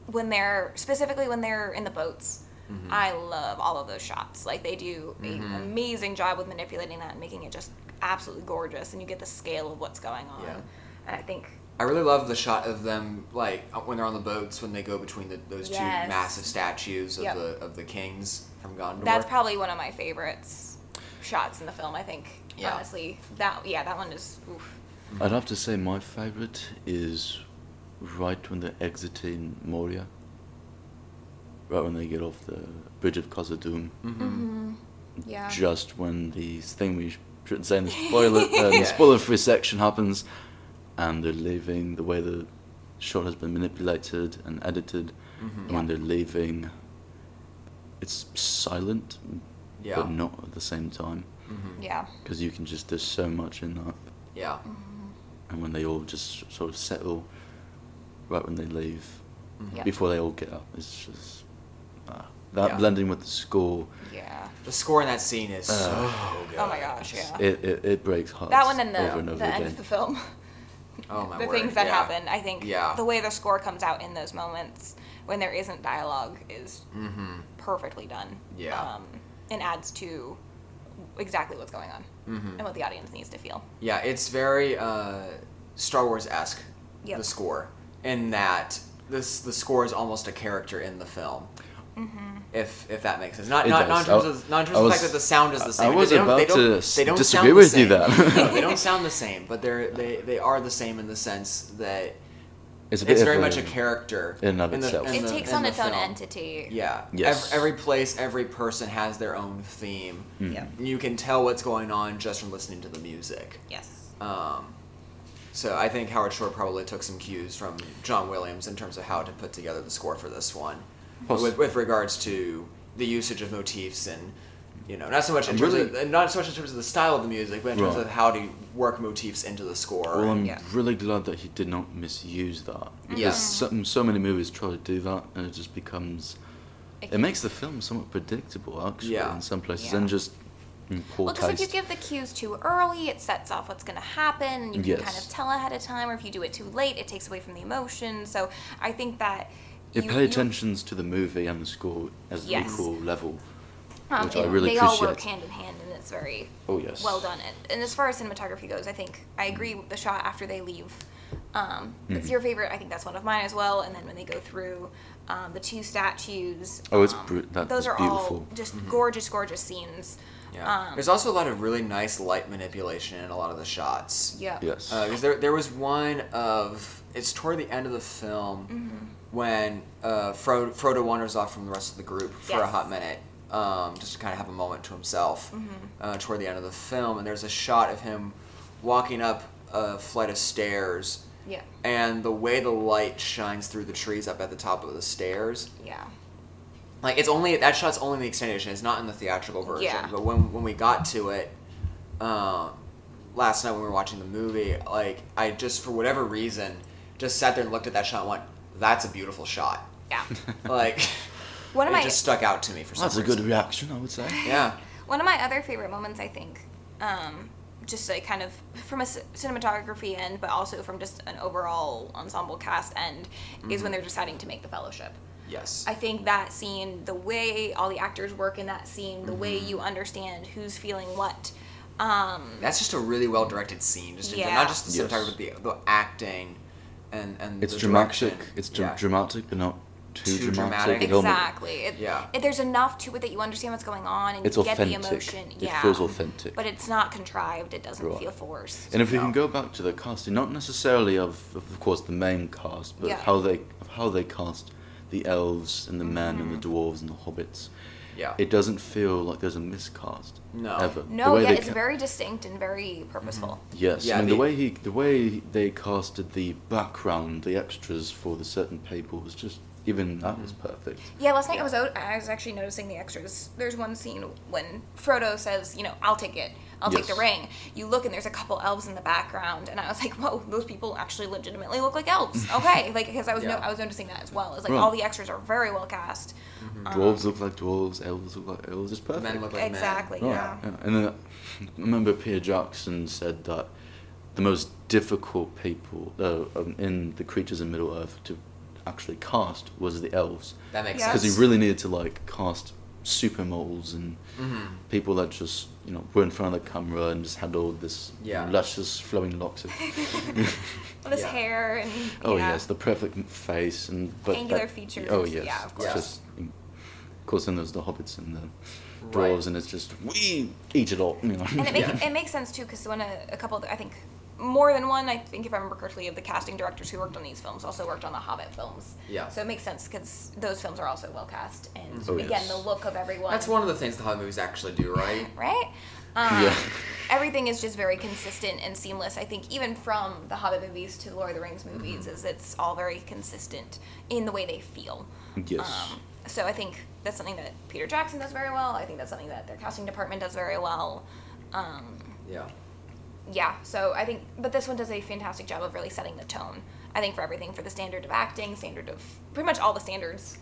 Speaker 2: when they're specifically when they're in the boats.
Speaker 1: Mm-hmm.
Speaker 2: I love all of those shots. Like they do an amazing job with manipulating that and making it just absolutely gorgeous, and you get the scale of what's going on.
Speaker 1: Yeah.
Speaker 2: And I think
Speaker 1: I really love the shot of them, like uh, when they're on the boats, when they go between the, those two
Speaker 2: Yes.
Speaker 1: massive statues of
Speaker 2: Yep.
Speaker 1: the of the kings from Gondor.
Speaker 2: that's probably one of my favorites shots in the film. I think
Speaker 1: Yeah.
Speaker 2: honestly, that yeah, that one is. Oof.
Speaker 3: I'd have to say my favorite is right when they're exiting Moria. Right when they get off the bridge of Khazad-dûm.
Speaker 1: Mm-hmm.
Speaker 2: Yeah.
Speaker 3: Just when the thing we shouldn't say in the spoiler, uh, the spoiler-free section happens, and they're leaving the way the shot has been manipulated and edited,
Speaker 2: Mm-hmm.
Speaker 1: Mm-hmm.
Speaker 3: and when they're leaving, it's silent,
Speaker 1: yeah, Mm-hmm.
Speaker 3: but not at the same time,
Speaker 2: yeah.
Speaker 3: because you can just there's so much in that.
Speaker 1: yeah,
Speaker 3: and when they all just sort of settle right when they leave
Speaker 2: Yeah.
Speaker 3: before they all get up it's just Uh, that
Speaker 1: Mm-hmm. Yeah.
Speaker 3: blending with the score,
Speaker 2: Yeah.
Speaker 1: The score in that scene is so good.
Speaker 2: Oh my gosh. Yeah.
Speaker 3: it, it, it breaks hearts
Speaker 2: that one and the,
Speaker 3: over and over
Speaker 2: the end
Speaker 3: again.
Speaker 2: of the film.
Speaker 1: Oh my
Speaker 2: the
Speaker 1: word,
Speaker 2: things that
Speaker 1: yeah.
Speaker 2: happen. I think
Speaker 1: Yeah.
Speaker 2: the way the score comes out in those moments when there isn't dialogue is
Speaker 1: Mm-hmm.
Speaker 2: perfectly done.
Speaker 1: Yeah.
Speaker 2: Um, and adds to exactly what's going on
Speaker 3: Mm-hmm.
Speaker 2: and what the audience needs to feel.
Speaker 1: Yeah, it's very uh, Star Wars esque.
Speaker 2: Yep.
Speaker 1: The score in that this the score is almost a character in the film.
Speaker 2: Mm-hmm.
Speaker 1: If if that makes sense, not
Speaker 3: It
Speaker 1: not, not in terms
Speaker 3: does. I-
Speaker 1: of not in terms
Speaker 3: I
Speaker 1: of the
Speaker 3: was-
Speaker 1: fact that the sound is
Speaker 3: I-
Speaker 1: the same.
Speaker 3: I was
Speaker 1: they don't, they
Speaker 3: about
Speaker 1: don't,
Speaker 3: to
Speaker 1: they don't
Speaker 3: disagree
Speaker 1: sound the
Speaker 3: with
Speaker 1: same.
Speaker 3: you there.
Speaker 1: No, they don't sound the same, but they're they, they are the same in the sense that
Speaker 3: It's, a bit
Speaker 1: it's
Speaker 3: of
Speaker 1: very much a
Speaker 3: a-
Speaker 1: character
Speaker 3: in and of
Speaker 1: the-
Speaker 3: itself.
Speaker 1: in
Speaker 2: it
Speaker 1: the-
Speaker 2: takes
Speaker 1: in
Speaker 2: on
Speaker 1: the
Speaker 2: its own
Speaker 1: film.
Speaker 2: entity.
Speaker 1: Yeah.
Speaker 3: Yes. Mm.
Speaker 1: Ev- every place, every person has their own theme.
Speaker 2: Yeah.
Speaker 1: You can tell what's going on just from listening to the music.
Speaker 2: Yes.
Speaker 1: Um, so I think Howard Shore probably took some cues from John Williams in terms of how to put together the score for this one,
Speaker 3: Plus-
Speaker 1: with, with regards to the usage of motifs and you know not so much in
Speaker 3: I'm
Speaker 1: terms
Speaker 3: really-
Speaker 1: of, not so much in terms of the style of the music, but in terms
Speaker 3: Right.
Speaker 1: of how to work motifs into the score.
Speaker 3: Well, I'm
Speaker 2: Yeah.
Speaker 3: really glad that he did not misuse that because
Speaker 1: Yeah.
Speaker 3: so, so many movies try to do that, and it just becomes it makes the film somewhat predictable actually
Speaker 1: Yeah.
Speaker 3: in some places
Speaker 2: Yeah.
Speaker 3: and just in poor
Speaker 2: Well, because if
Speaker 3: taste.
Speaker 2: you give the cues too early, it sets off what's going to happen. and You can kind
Speaker 3: Yes.
Speaker 2: of tell ahead of time, or if you do it too late, it takes away from the emotion. So I think that
Speaker 3: it
Speaker 2: you-
Speaker 3: pay
Speaker 2: you-
Speaker 3: attentions to the movie and the score as an
Speaker 2: Yes.
Speaker 3: equal level.
Speaker 2: um,
Speaker 3: which I
Speaker 2: it-
Speaker 3: really
Speaker 2: they all work
Speaker 3: appreciate.
Speaker 2: hand in hand, and it's very
Speaker 3: Oh yes.
Speaker 2: well done. And- And as far as cinematography goes, I think I agree with the shot after they leave. Um,
Speaker 3: Mm-hmm.
Speaker 2: It's your favorite. I think that's one of mine as well. And then when they go through um, the two statues,
Speaker 3: Oh, it's
Speaker 2: um,
Speaker 3: brut- that
Speaker 2: those
Speaker 3: was
Speaker 2: are all
Speaker 3: beautiful. Mm-hmm.
Speaker 2: just gorgeous, gorgeous scenes.
Speaker 1: Yeah.
Speaker 2: Um,
Speaker 1: There's also a lot of really nice light manipulation in a lot of the shots.
Speaker 2: yeah.
Speaker 3: Yes.
Speaker 1: because there, there was one of it's toward the end of the film
Speaker 2: Mm-hmm.
Speaker 1: when uh, Frodo, Frodo wanders off from the rest of the group for a
Speaker 2: Yes.
Speaker 1: hot minute, um, just to kind of have a moment to himself.
Speaker 2: Mm-hmm.
Speaker 1: Uh, toward the end of the film, and there's a shot of him walking up a flight of stairs,
Speaker 2: Yeah.
Speaker 1: and the way the light shines through the trees up at the top of the stairs,
Speaker 2: Yeah.
Speaker 1: like it's only that shot's only in the extended edition. It's not in the theatrical version.
Speaker 2: Yeah.
Speaker 1: But when when we got to it, um, last night when we were watching the movie, like I just for whatever reason just sat there and looked at that shot and went, "That's a beautiful shot."
Speaker 2: Yeah.
Speaker 1: Like
Speaker 2: One of
Speaker 1: it
Speaker 2: my
Speaker 1: just stuck out to me for some
Speaker 3: That's a
Speaker 1: reason.
Speaker 3: good reaction, I would say.
Speaker 1: Yeah.
Speaker 2: One of my other favorite moments, I think, um, just like kind of from a c- cinematography end, but also from just an overall ensemble cast end, is
Speaker 3: Mm-hmm.
Speaker 2: when they're deciding to make the fellowship.
Speaker 1: Yes.
Speaker 2: I think that scene, the way all the actors work in that scene, the way
Speaker 3: Mm-hmm.
Speaker 2: you understand who's feeling what. Um,
Speaker 1: That's just a really well directed scene. Just in,
Speaker 2: Yeah.
Speaker 1: not just the
Speaker 3: Yes.
Speaker 1: cinematography, but the, the acting, and and
Speaker 3: It's
Speaker 1: the
Speaker 3: dramatic.
Speaker 1: direction.
Speaker 3: It's dr-
Speaker 1: Yeah.
Speaker 3: dramatic, but not too,
Speaker 1: Too
Speaker 3: dramatic.
Speaker 1: dramatic.
Speaker 3: It'll make-
Speaker 2: exactly. It,
Speaker 1: Yeah.
Speaker 2: it- there's enough to it that you understand what's going on and
Speaker 3: It's
Speaker 2: you get
Speaker 3: authentic.
Speaker 2: the emotion.
Speaker 3: It
Speaker 2: yeah.
Speaker 3: feels authentic.
Speaker 2: But it's not contrived. It doesn't
Speaker 3: Right.
Speaker 2: feel forced.
Speaker 3: And if we
Speaker 1: No.
Speaker 3: can go back to the casting, not necessarily of, of, of course, the main cast, but
Speaker 2: Yeah.
Speaker 3: how they of how they cast the elves and the men and the dwarves and the hobbits,
Speaker 1: Mm-hmm. Yeah.
Speaker 3: it doesn't feel like there's a miscast.
Speaker 1: No.
Speaker 3: Ever. The
Speaker 2: no,
Speaker 3: way
Speaker 2: yeah,
Speaker 3: they
Speaker 2: it's
Speaker 3: ca- Mm-hmm.
Speaker 2: very distinct and very purposeful.
Speaker 3: Yes.
Speaker 1: Yeah,
Speaker 3: I mean,
Speaker 1: the-
Speaker 3: the way he, the way they casted the background, the extras for the certain people was just even that was
Speaker 1: Mm-hmm.
Speaker 3: perfect.
Speaker 2: Yeah, last night
Speaker 1: Yeah.
Speaker 2: I was out. I was actually noticing the extras. There's one scene when Frodo says, "You know, I'll take it. I'll take
Speaker 3: Yes.
Speaker 2: the ring." You look, and there's a couple elves in the background, and I was like, "Whoa, those people actually legitimately look like elves." Okay, like because I was no,
Speaker 1: Yeah.
Speaker 2: I was noticing that as well. It's like
Speaker 3: Right.
Speaker 2: all the extras are very well cast. Um,
Speaker 3: dwarves look like dwarves, elves look like elves. It's perfect.
Speaker 1: Mm-hmm. Uh-huh. Men look like
Speaker 2: exactly.
Speaker 3: Right,
Speaker 2: Yeah.
Speaker 3: Oh, yeah. And then I remember Peter Jackson said that the most difficult people uh, um, in the creatures in Middle Earth to actually cast was the elves
Speaker 1: men. That makes
Speaker 2: Yeah.
Speaker 3: because
Speaker 1: sense.
Speaker 3: he really needed to like cast super moles and
Speaker 1: Mm-hmm.
Speaker 3: people that just you know were in front of the camera and just had all this
Speaker 1: Yeah.
Speaker 3: luscious flowing locks of
Speaker 2: All this
Speaker 1: Yeah.
Speaker 2: hair and
Speaker 3: oh
Speaker 2: yeah.
Speaker 3: yes the perfect face and but
Speaker 2: Angular
Speaker 3: that-
Speaker 2: features,
Speaker 3: oh yes
Speaker 2: yeah, of
Speaker 3: it's
Speaker 1: course.
Speaker 3: just of course then there's the hobbits and the dwarves
Speaker 1: Right.
Speaker 3: and it's just we eat it all you know
Speaker 2: And it, make,
Speaker 3: Yeah.
Speaker 2: it makes sense too because when a, a couple, of the- I think more than one, I think if I remember correctly, of the casting directors who worked on these films also worked on the Hobbit films.
Speaker 1: Yeah.
Speaker 2: So it makes sense because those films are also well cast, and
Speaker 3: Oh,
Speaker 2: again,
Speaker 3: yes.
Speaker 2: the look of everyone.
Speaker 1: That's one of the things the Hobbit movies actually do, right?
Speaker 2: Right. Um,
Speaker 3: Yeah.
Speaker 2: Everything is just very consistent and seamless. I think even from the Hobbit movies to the Lord of the
Speaker 3: Mm-hmm.
Speaker 2: Rings movies, is it's all very consistent in the way they feel.
Speaker 3: yes
Speaker 2: Um, so I think that's something that Peter Jackson does very well. I think that's something that their casting department does very well. Um,
Speaker 1: Yeah.
Speaker 2: yeah so i think but this one does a fantastic job of really setting the tone i think for everything for the standard of acting standard of pretty much all the standards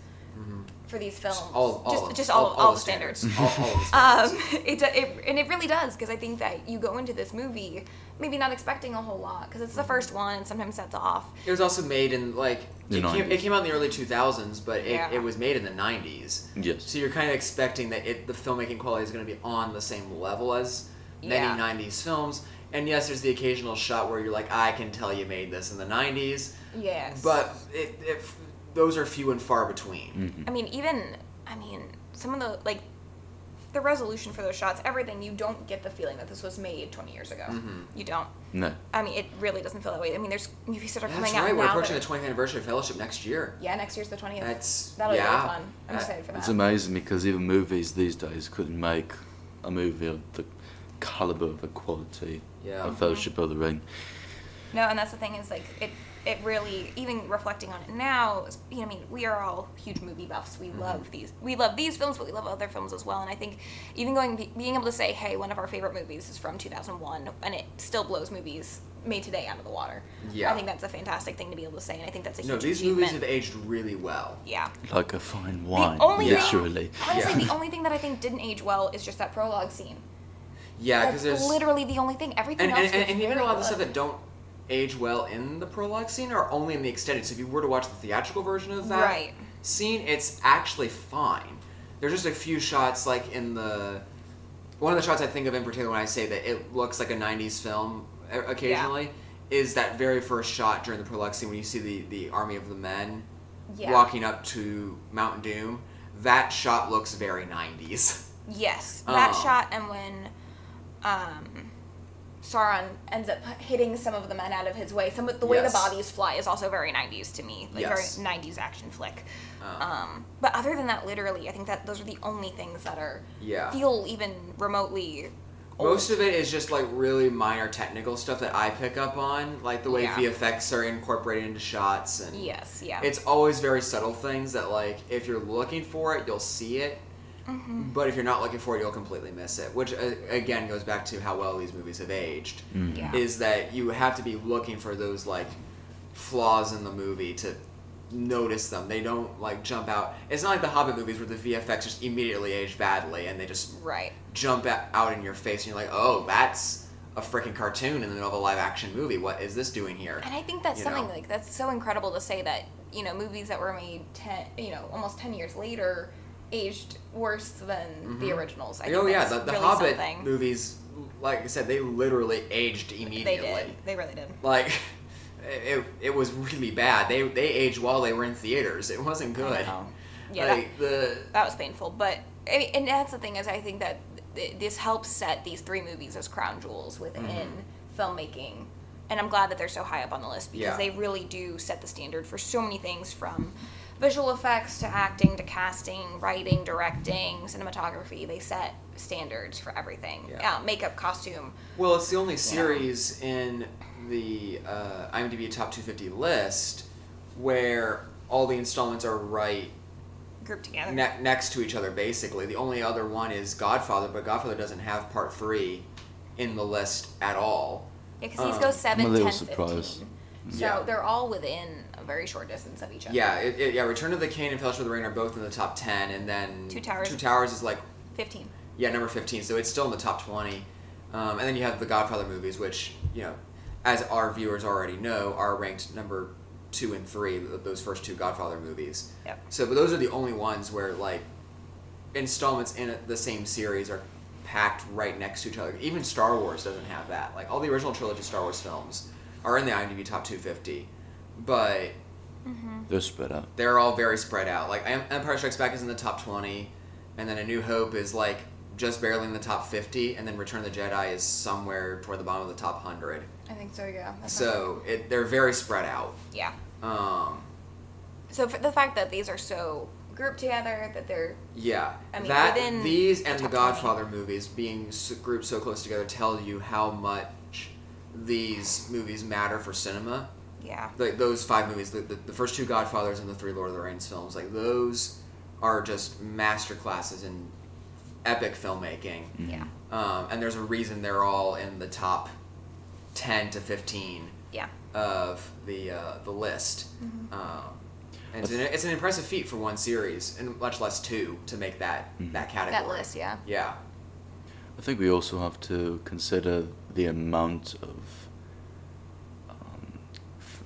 Speaker 2: for these films.
Speaker 1: Mm-hmm. all- all
Speaker 2: just,
Speaker 1: of-
Speaker 2: just
Speaker 1: all-
Speaker 2: all, all,
Speaker 1: all
Speaker 2: the
Speaker 1: the
Speaker 2: standards.
Speaker 1: All, all of us.
Speaker 2: Um, it, do- it and it really does because I think that you go into this movie maybe not expecting a whole lot because it's the first
Speaker 1: Mm-hmm.
Speaker 2: one and sometimes that's off.
Speaker 1: It was also made in like
Speaker 3: The
Speaker 1: it came,
Speaker 3: 90s.
Speaker 1: it came out in the early 2000s, but it,
Speaker 2: Yeah.
Speaker 1: it was made in the 90s.
Speaker 3: Yes.
Speaker 1: So you're kind of expecting that it, the filmmaking quality is going to be on the same level as many
Speaker 2: Yeah.
Speaker 1: 90s films. And yes, there's the occasional shot where you're like, I can tell you made this in the 90s,
Speaker 2: Yes.
Speaker 1: but it, it, those are few and far between.
Speaker 3: Mm-hmm.
Speaker 2: I mean, even I mean, some of the like the resolution for those shots, everything. You don't get the feeling that this was made 20 years ago.
Speaker 1: Mm-hmm.
Speaker 2: You don't.
Speaker 3: No.
Speaker 2: I mean, it really doesn't feel that way. I mean, there's movies that are
Speaker 1: That's
Speaker 2: coming out
Speaker 1: right.
Speaker 2: now.
Speaker 1: We're
Speaker 2: that
Speaker 1: approaching
Speaker 2: are-
Speaker 1: the 20th anniversary of Fellowship next year.
Speaker 2: yeah, next year's the 20th.
Speaker 1: That's
Speaker 2: That'll
Speaker 1: yeah.
Speaker 2: be really fun. I'm
Speaker 1: Uh,
Speaker 2: excited for that.
Speaker 3: It's amazing because even movies these days couldn't make a movie of the caliber, the quality
Speaker 1: Yeah.
Speaker 2: Mm-hmm.
Speaker 3: of Fellowship of the Ring.
Speaker 2: No, and that's the thing is like it. It really, even reflecting on it now, is- you know, I mean, we are all huge movie buffs.
Speaker 1: Mm-hmm.
Speaker 2: We love these, we love these films, but we love other films as well. And I think even going, be- being able to say, hey, one of our favorite movies is from 2001, and it still blows movies made today out of the water.
Speaker 1: Yeah.
Speaker 2: I think that's a fantastic thing to be able to say, and I think that's a huge
Speaker 1: No, these
Speaker 2: achievement.
Speaker 1: movies have aged really well.
Speaker 2: yeah.
Speaker 3: Like a fine wine,
Speaker 2: only
Speaker 1: thing-
Speaker 3: literally.
Speaker 2: Honestly,
Speaker 1: Yeah.
Speaker 2: the only thing that I think didn't age well is just that prologue scene.
Speaker 1: Yeah, because
Speaker 2: That's
Speaker 1: there's
Speaker 2: literally the only thing. Everything
Speaker 1: and,
Speaker 2: else
Speaker 1: and, and,
Speaker 2: was
Speaker 1: and even a
Speaker 2: really
Speaker 1: lot of the stuff
Speaker 2: good.
Speaker 1: that don't age well in the prologue scene are only in the extended. So if you were to watch the theatrical version of that
Speaker 2: Right.
Speaker 1: scene, it's actually fine. There's just a few shots like in the one of the shots I think of in particular when I say that it looks like a '90s film o- occasionally is that very first shot during the prologue scene when you see the the army of the men
Speaker 2: Yeah.
Speaker 1: walking up to Mount Doom. That shot looks very '90s.
Speaker 2: Yes, that
Speaker 1: Oh.
Speaker 2: shot and when um, Sauron ends up hitting some of the men out of his way. Some of the way
Speaker 1: Yes.
Speaker 2: the bodies fly is also very 90s to me, like
Speaker 1: Yes.
Speaker 2: very 90s action flick.
Speaker 1: Oh.
Speaker 2: Um, but other than that, literally, I think that those are the only things that are
Speaker 1: Yeah.
Speaker 2: feel even remotely. old.
Speaker 1: Most of it is just like really minor technical stuff that I pick up on, like the way
Speaker 2: Yeah.
Speaker 1: VFX are incorporated into shots and
Speaker 2: yes, yeah,
Speaker 1: it's always very subtle things that like if you're looking for it, you'll see it.
Speaker 2: Mm-hmm.
Speaker 1: But if you're not looking for it, you'll completely miss it, which uh, again goes back to how well these movies have aged.
Speaker 2: Mm. yeah.
Speaker 1: Is that you have to be looking for those like flaws in the movie to notice them. They don't like jump out. It's not like the Hobbit movies where the VFX just immediately aged badly and they just
Speaker 2: right.
Speaker 1: jump a- out in your face and you're like, oh, that's a freaking cartoon in the middle of a live action movie. What is this doing here?
Speaker 2: And I think that's
Speaker 1: you
Speaker 2: something
Speaker 1: know?
Speaker 2: like that's so incredible to say that you know movies that were made ten, you know, almost ten years later, aged worse than the originals. I
Speaker 1: Like, oh,
Speaker 2: think
Speaker 1: yeah,
Speaker 2: that's
Speaker 1: the, the
Speaker 2: really
Speaker 1: Hobbit
Speaker 2: something.
Speaker 1: movies, like I said, they literally aged
Speaker 2: They
Speaker 1: immediately.
Speaker 2: did. They really did.
Speaker 1: Like, it, it was really bad. They, they aged while they were in theaters. It wasn't good.
Speaker 2: know. Yeah,
Speaker 1: Like, the.
Speaker 2: That was painful, but I mean, and that's the thing is I think that th- this helps set these three movies as crown jewels within filmmaking, and I'm glad that they're so high up on the list because
Speaker 1: Mm-hmm. Yeah.
Speaker 2: they really do set the standard for so many things from visual effects to acting to casting, writing, directing, cinematography. They set standards for everything.
Speaker 1: Yeah.
Speaker 2: Uh, makeup, costume.
Speaker 1: Well, it's the only series in the uh, IMDb Top 250 list where all the installments are right
Speaker 2: grouped together.
Speaker 1: ne- next to each other basically the only other one is godfather but godfather doesn't have part three in the list at all
Speaker 2: Yeah, because these
Speaker 1: Um,
Speaker 2: go
Speaker 3: I'm
Speaker 2: 7,
Speaker 3: a little
Speaker 2: 10,
Speaker 3: surprised.
Speaker 2: 15. So
Speaker 1: Yeah.
Speaker 2: they're all within a very short distance of each other.
Speaker 1: yeah it, it- yeah return of the king and fellowship of the ring are both in the top 10 and then
Speaker 2: Two Towers.
Speaker 1: two towers is like
Speaker 2: 15.
Speaker 1: yeah number 15 so it's still in the top 20 um, and then you have the godfather movies which you know as our viewers already know are ranked number two and three th- those first two godfather movies
Speaker 2: Yep.
Speaker 1: so but those are the only ones where like installments in the same series are packed right next to each other. Even Star Wars doesn't have that. Like all the original trilogy Star Wars films are in the IMDb top 250, but
Speaker 3: They're spread out.
Speaker 1: they're all very spread out. Like Em- Empire Strikes Back is in the top 20, and then A New Hope is like just barely in the top 50, and then Return of the Jedi is somewhere toward the bottom of the top 100.
Speaker 2: I think so, yeah. That sounds
Speaker 1: So it, they're very spread out.
Speaker 2: right. yeah.
Speaker 1: Um,
Speaker 2: So for the fact that these are so grouped together that they're
Speaker 1: Yeah,
Speaker 2: I mean,
Speaker 1: that
Speaker 2: within
Speaker 1: these
Speaker 2: the
Speaker 1: and the
Speaker 2: top
Speaker 1: Godfather movies being s- grouped so close together tell you how much these movies matter for cinema.
Speaker 2: yeah.
Speaker 1: Like those five movies, the, the, the first two Godfathers and the three Lord of the Rings films, like those are just masterclasses in epic filmmaking.
Speaker 3: Mm-hmm.
Speaker 2: Yeah.
Speaker 1: Um, and there's a reason they're all in the top ten to fifteen
Speaker 2: Yeah. Mm-hmm.
Speaker 1: of the uh, the list. Um, It's an, it's an impressive feat for one series, and much less two, to make that
Speaker 3: Mm-hmm.
Speaker 1: that category.
Speaker 2: That list, yeah.
Speaker 1: Yeah.
Speaker 3: I think we also have to consider the amount of um, f-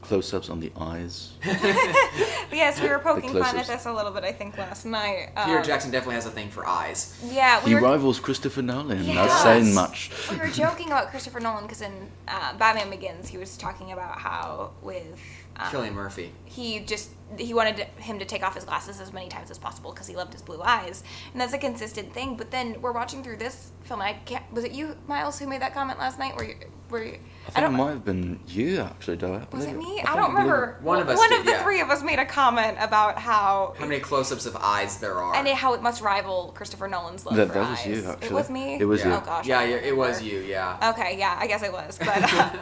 Speaker 3: close-ups on the eyes.
Speaker 2: Yes, we were poking fun at
Speaker 3: closest.
Speaker 2: this a little bit, I think, last night. Um,
Speaker 1: Peter Jackson definitely has a thing for eyes.
Speaker 2: Yeah, we
Speaker 3: he
Speaker 2: were,
Speaker 3: rivals Christopher Nolan.
Speaker 2: Yeah.
Speaker 3: That's saying much.
Speaker 2: we were joking about Christopher Nolan because in uh, Batman Begins, he was talking about how with um,
Speaker 1: Killian Murphy.
Speaker 2: he just he wanted him to take off his glasses as many times as possible because he loved his blue eyes, and that's a consistent thing. But then we're watching through this film, and I can't. Was it you, Miles, who made that comment last night? Were you? Were you?
Speaker 3: I think it might have been you actually, Di.
Speaker 2: Was it me?
Speaker 3: believe
Speaker 2: I,
Speaker 3: think
Speaker 2: don't
Speaker 3: believe
Speaker 2: remember.
Speaker 1: One of us
Speaker 2: One
Speaker 1: did,
Speaker 2: of the
Speaker 1: yeah.
Speaker 2: three of us made a comment about how
Speaker 1: How many close-ups of eyes there are?
Speaker 2: and it, how it must rival Christopher Nolan's love
Speaker 3: That-
Speaker 2: for
Speaker 3: that was
Speaker 2: eyes.
Speaker 3: you, actually.
Speaker 2: It was me.
Speaker 3: It was
Speaker 1: yeah.
Speaker 3: you.
Speaker 2: Oh gosh.
Speaker 1: Yeah,
Speaker 2: I
Speaker 1: yeah,
Speaker 2: don't
Speaker 1: it was
Speaker 2: remember.
Speaker 1: you. Yeah.
Speaker 2: Okay, yeah, I guess I was, but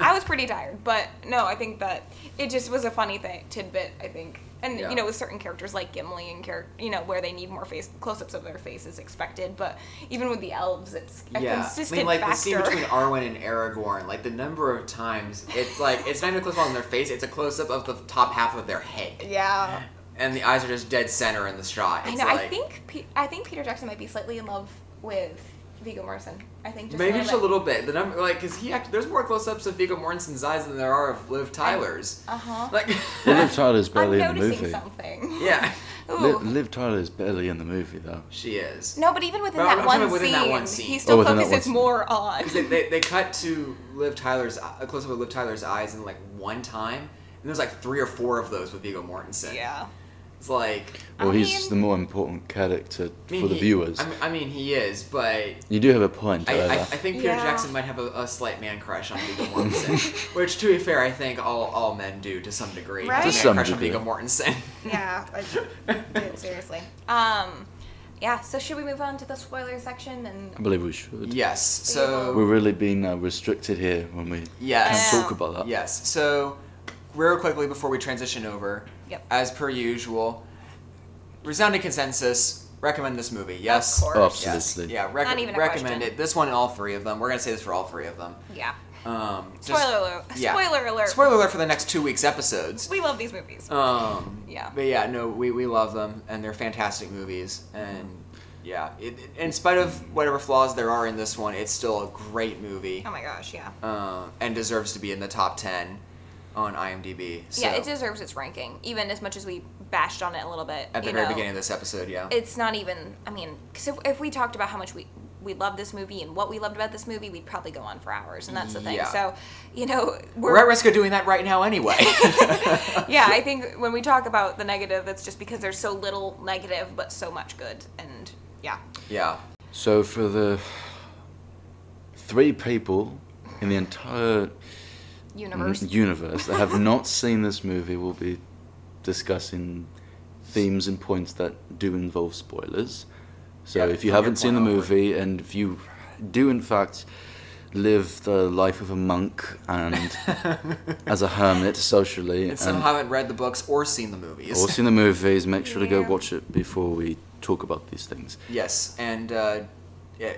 Speaker 2: I was pretty tired. But no, I think that it just was a funny thing, tidbit. I think, and
Speaker 1: Yeah.
Speaker 2: you know, with certain characters like Gimli and char- you know, where they need more face close-ups of their face is expected. But even with the elves, it's a
Speaker 1: yeah, I
Speaker 2: consistent
Speaker 1: mean, like the scene
Speaker 2: factor.
Speaker 1: between Arwen and Aragorn, like the number of times it's like it's not even a close up on their face; it's a close up of the top half of their head,
Speaker 2: yeah,
Speaker 1: and the eyes are just dead center in the shot.
Speaker 2: I
Speaker 1: It's
Speaker 2: know.
Speaker 1: Like,
Speaker 2: I think Pe- I think Peter Jackson might be slightly in love with Viggo Morrison. I think just
Speaker 1: maybe
Speaker 2: a
Speaker 1: just a little bit. The number, like, because he act, there's more close ups of Viggo Mortensen's eyes than there are of Liv Tyler's.
Speaker 2: Uh huh.
Speaker 1: Like,
Speaker 3: Well, Liv Tyler's
Speaker 2: I'm
Speaker 3: barely in the
Speaker 2: noticing
Speaker 3: movie.
Speaker 2: something.
Speaker 1: yeah,
Speaker 2: Ooh.
Speaker 1: Oh.
Speaker 3: Liv, Liv Tyler's barely in the movie though.
Speaker 1: she is.
Speaker 2: No, but even within,
Speaker 1: But I'm-
Speaker 2: that,
Speaker 1: I'm
Speaker 2: one
Speaker 1: talking within that one
Speaker 2: scene,
Speaker 1: scene.
Speaker 2: he
Speaker 1: Oh,
Speaker 2: still
Speaker 3: within that one
Speaker 2: focuses
Speaker 3: scene.
Speaker 2: more on.
Speaker 1: Because they, they, they cut to Liv Tyler's a close up of Liv Tyler's eyes in like one time, and there's like three or four of those with Viggo Mortensen.
Speaker 2: Yeah.
Speaker 1: it's like
Speaker 2: I
Speaker 3: Well, he's
Speaker 2: mean-
Speaker 3: the more important character
Speaker 1: I mean,
Speaker 3: for the
Speaker 1: he-
Speaker 3: viewers.
Speaker 1: I mean, I mean, he is, but
Speaker 3: you do have a point,
Speaker 1: I, I, I
Speaker 3: however.
Speaker 1: think Peter
Speaker 2: Yeah.
Speaker 1: Jackson might have a, a slight man crush on Viggo Mortensen, which, to be fair, I think all, all men do to some degree.
Speaker 2: Right?
Speaker 1: Have a
Speaker 2: To
Speaker 1: man
Speaker 3: some
Speaker 1: crush
Speaker 3: degree.
Speaker 1: on Viggo Mortensen.
Speaker 2: Yeah. I- seriously. Um, yeah. So should we move on to the spoiler section and?
Speaker 3: I believe we should.
Speaker 1: yes.
Speaker 3: We're
Speaker 1: So
Speaker 3: really being uh, restricted here when we
Speaker 1: yes,
Speaker 3: can't talk about that.
Speaker 1: yes. So real quickly before we transition over,
Speaker 2: Yep.
Speaker 1: as per usual, resounding consensus. Recommend this movie. Yes.
Speaker 2: course.
Speaker 3: Oh,
Speaker 1: Yes.
Speaker 3: absolutely.
Speaker 1: Yeah. Rec-
Speaker 2: Not even a
Speaker 1: recommend
Speaker 2: question.
Speaker 1: it. This one and all three of them. We're gonna say this for all three of them.
Speaker 2: Yeah.
Speaker 1: Um, just-
Speaker 2: Spoiler alert.
Speaker 1: yeah.
Speaker 2: Spoiler alert.
Speaker 1: Spoiler alert for the next two weeks' episodes.
Speaker 2: we love these movies.
Speaker 1: Um,
Speaker 2: Yeah.
Speaker 1: But yeah, no, we, we love them, and they're fantastic movies. And yeah, it, it- in spite of whatever flaws there are in this one, it's still a great movie
Speaker 2: oh my gosh. Yeah.
Speaker 1: um, and deserves to be in the top 10 on IMDb. So,
Speaker 2: Yeah. It deserves its ranking, even as much as we bashed on it a little bit.
Speaker 1: At the
Speaker 2: you
Speaker 1: very
Speaker 2: know.
Speaker 1: beginning of this episode, yeah.
Speaker 2: it's not even i mean because if, if we talked about how much we we love this movie and what we loved about this movie we'd probably go on for hours and that's the thing
Speaker 1: Yeah.
Speaker 2: so you know
Speaker 1: We're at risk of doing that right now anyway.
Speaker 2: yeah i think when we talk about the negative it's just because there's so little negative but so much good and yeah
Speaker 1: yeah.
Speaker 3: So for the three people in the entire
Speaker 2: universe
Speaker 1: Mm-hmm.
Speaker 3: Mm-hmm. universe that have not seen this movie, we'll be discussing themes and points that do involve spoilers. So
Speaker 1: Yeah,
Speaker 3: if you
Speaker 1: from your
Speaker 3: haven't seen the
Speaker 1: point onward.
Speaker 3: movie and if you do in fact live the life of a monk and as a hermit socially
Speaker 1: And some haven't read the books or seen the movies.
Speaker 3: or seen the movies, make sure to go
Speaker 2: Yeah.
Speaker 3: watch it before we talk about these things.
Speaker 1: Yes, and uh, yeah,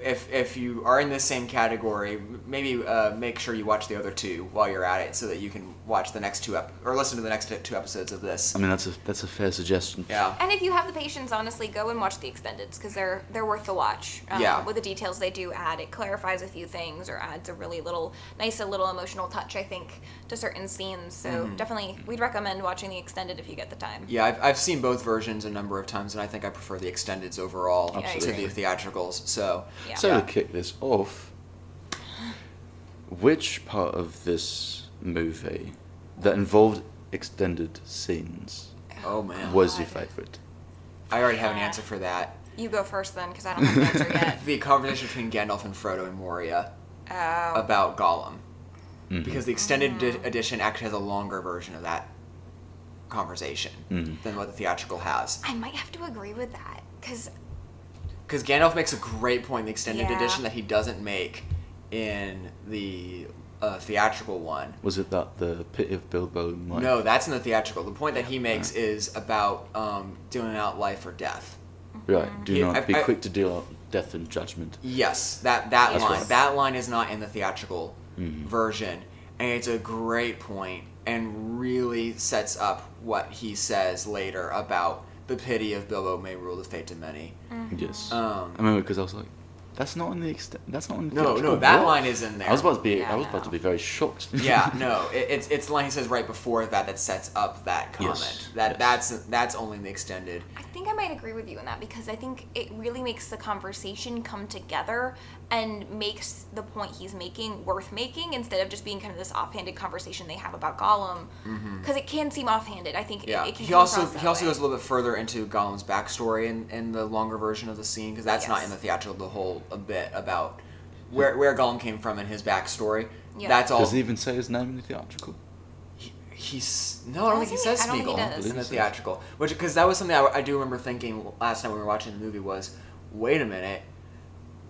Speaker 1: if if you are in the same category, m- maybe uh, make sure you watch the other two while you're at it, so that you can watch the next two ep- or listen to the next two episodes of this.
Speaker 3: I mean that's a that's a fair suggestion.
Speaker 1: Yeah,
Speaker 2: and if you have the patience honestly go and watch the extendeds because they're they're worth the watch um,
Speaker 1: Yeah.
Speaker 2: with the details they do add it clarifies a few things or adds a really little nice a little emotional touch i think to certain scenes so definitely we'd recommend watching the extended if you get the time
Speaker 1: Mm-hmm. yeah. I've I've seen both versions a number of times, and I think I prefer the extendeds overall
Speaker 2: Yeah, I
Speaker 1: to
Speaker 2: agree.
Speaker 1: the theatricals. So
Speaker 2: Yeah.
Speaker 3: So
Speaker 1: Yeah.
Speaker 3: to kick this off, which part of this movie that involved extended scenes
Speaker 1: oh man,
Speaker 3: was your
Speaker 2: God.
Speaker 3: favourite?
Speaker 1: I already have an answer for that.
Speaker 2: You go first then, because I don't have an answer yet.
Speaker 1: The conversation between Gandalf and Frodo and Moria
Speaker 2: Oh,
Speaker 1: about Gollum,
Speaker 3: Mm-hmm.
Speaker 1: because the extended edi- edition actually has a longer version of that conversation than what the theatrical has.
Speaker 2: I might have to agree with that, because
Speaker 1: Because Gandalf makes a great point in the extended
Speaker 2: Yeah.
Speaker 1: edition that he doesn't make in the uh, theatrical one.
Speaker 3: Was it that the pit of Bilbo and Mike?
Speaker 1: No, that's in the theatrical. The point that he makes is about um, dealing out life or death.
Speaker 3: Right. Do
Speaker 1: Yeah,
Speaker 3: not
Speaker 1: I've-
Speaker 3: be
Speaker 1: I-
Speaker 3: quick to deal out death and judgment.
Speaker 1: Yes, that that
Speaker 3: That's
Speaker 1: line.
Speaker 3: right. Mm-hmm.
Speaker 1: Mm-hmm. That line is not in the theatrical version, and it's a great point and really sets up what he says later about the pity of Bilbo may rule the fate of many.
Speaker 3: Yes.
Speaker 1: Um,
Speaker 3: I remember because I was like, that's not in the extent. That's not in the.
Speaker 1: No,
Speaker 3: theatrical
Speaker 1: no, that
Speaker 3: cut."
Speaker 1: line is in there.
Speaker 3: I was about to be.
Speaker 2: Yeah,
Speaker 3: I was about
Speaker 2: no.
Speaker 3: to be very shocked.
Speaker 1: yeah, no, it, it's it's the line he says right before that that sets up that comment.
Speaker 3: Yes,
Speaker 1: that
Speaker 3: yes.
Speaker 1: that's that's only in the extended.
Speaker 2: I think I might agree with you on that because I think it really makes the conversation come together and makes the point he's making worth making instead of just being kind of this offhanded conversation they have about Gollum. Because it can seem offhanded. I think it-
Speaker 1: Mm-hmm. Yeah,
Speaker 2: it, can
Speaker 1: he
Speaker 2: come
Speaker 1: also
Speaker 2: across that
Speaker 1: he also
Speaker 2: way.
Speaker 1: goes a little bit further into Gollum's backstory in, in the longer version of the scene because that's not
Speaker 2: Yes.
Speaker 1: in the theatrical the whole a bit about where where Gollum came from and his backstory.
Speaker 2: Yeah.
Speaker 1: That's all.
Speaker 3: Does he even say his name in the theatrical?
Speaker 1: He- He's no, I don't think he
Speaker 2: Doesn't he-
Speaker 1: says
Speaker 2: I don't think he
Speaker 1: Smeagol
Speaker 2: does.
Speaker 1: in the
Speaker 3: Doesn't he?
Speaker 1: theatrical, which because that was something I, I do remember thinking last time we were watching the movie was, wait a minute,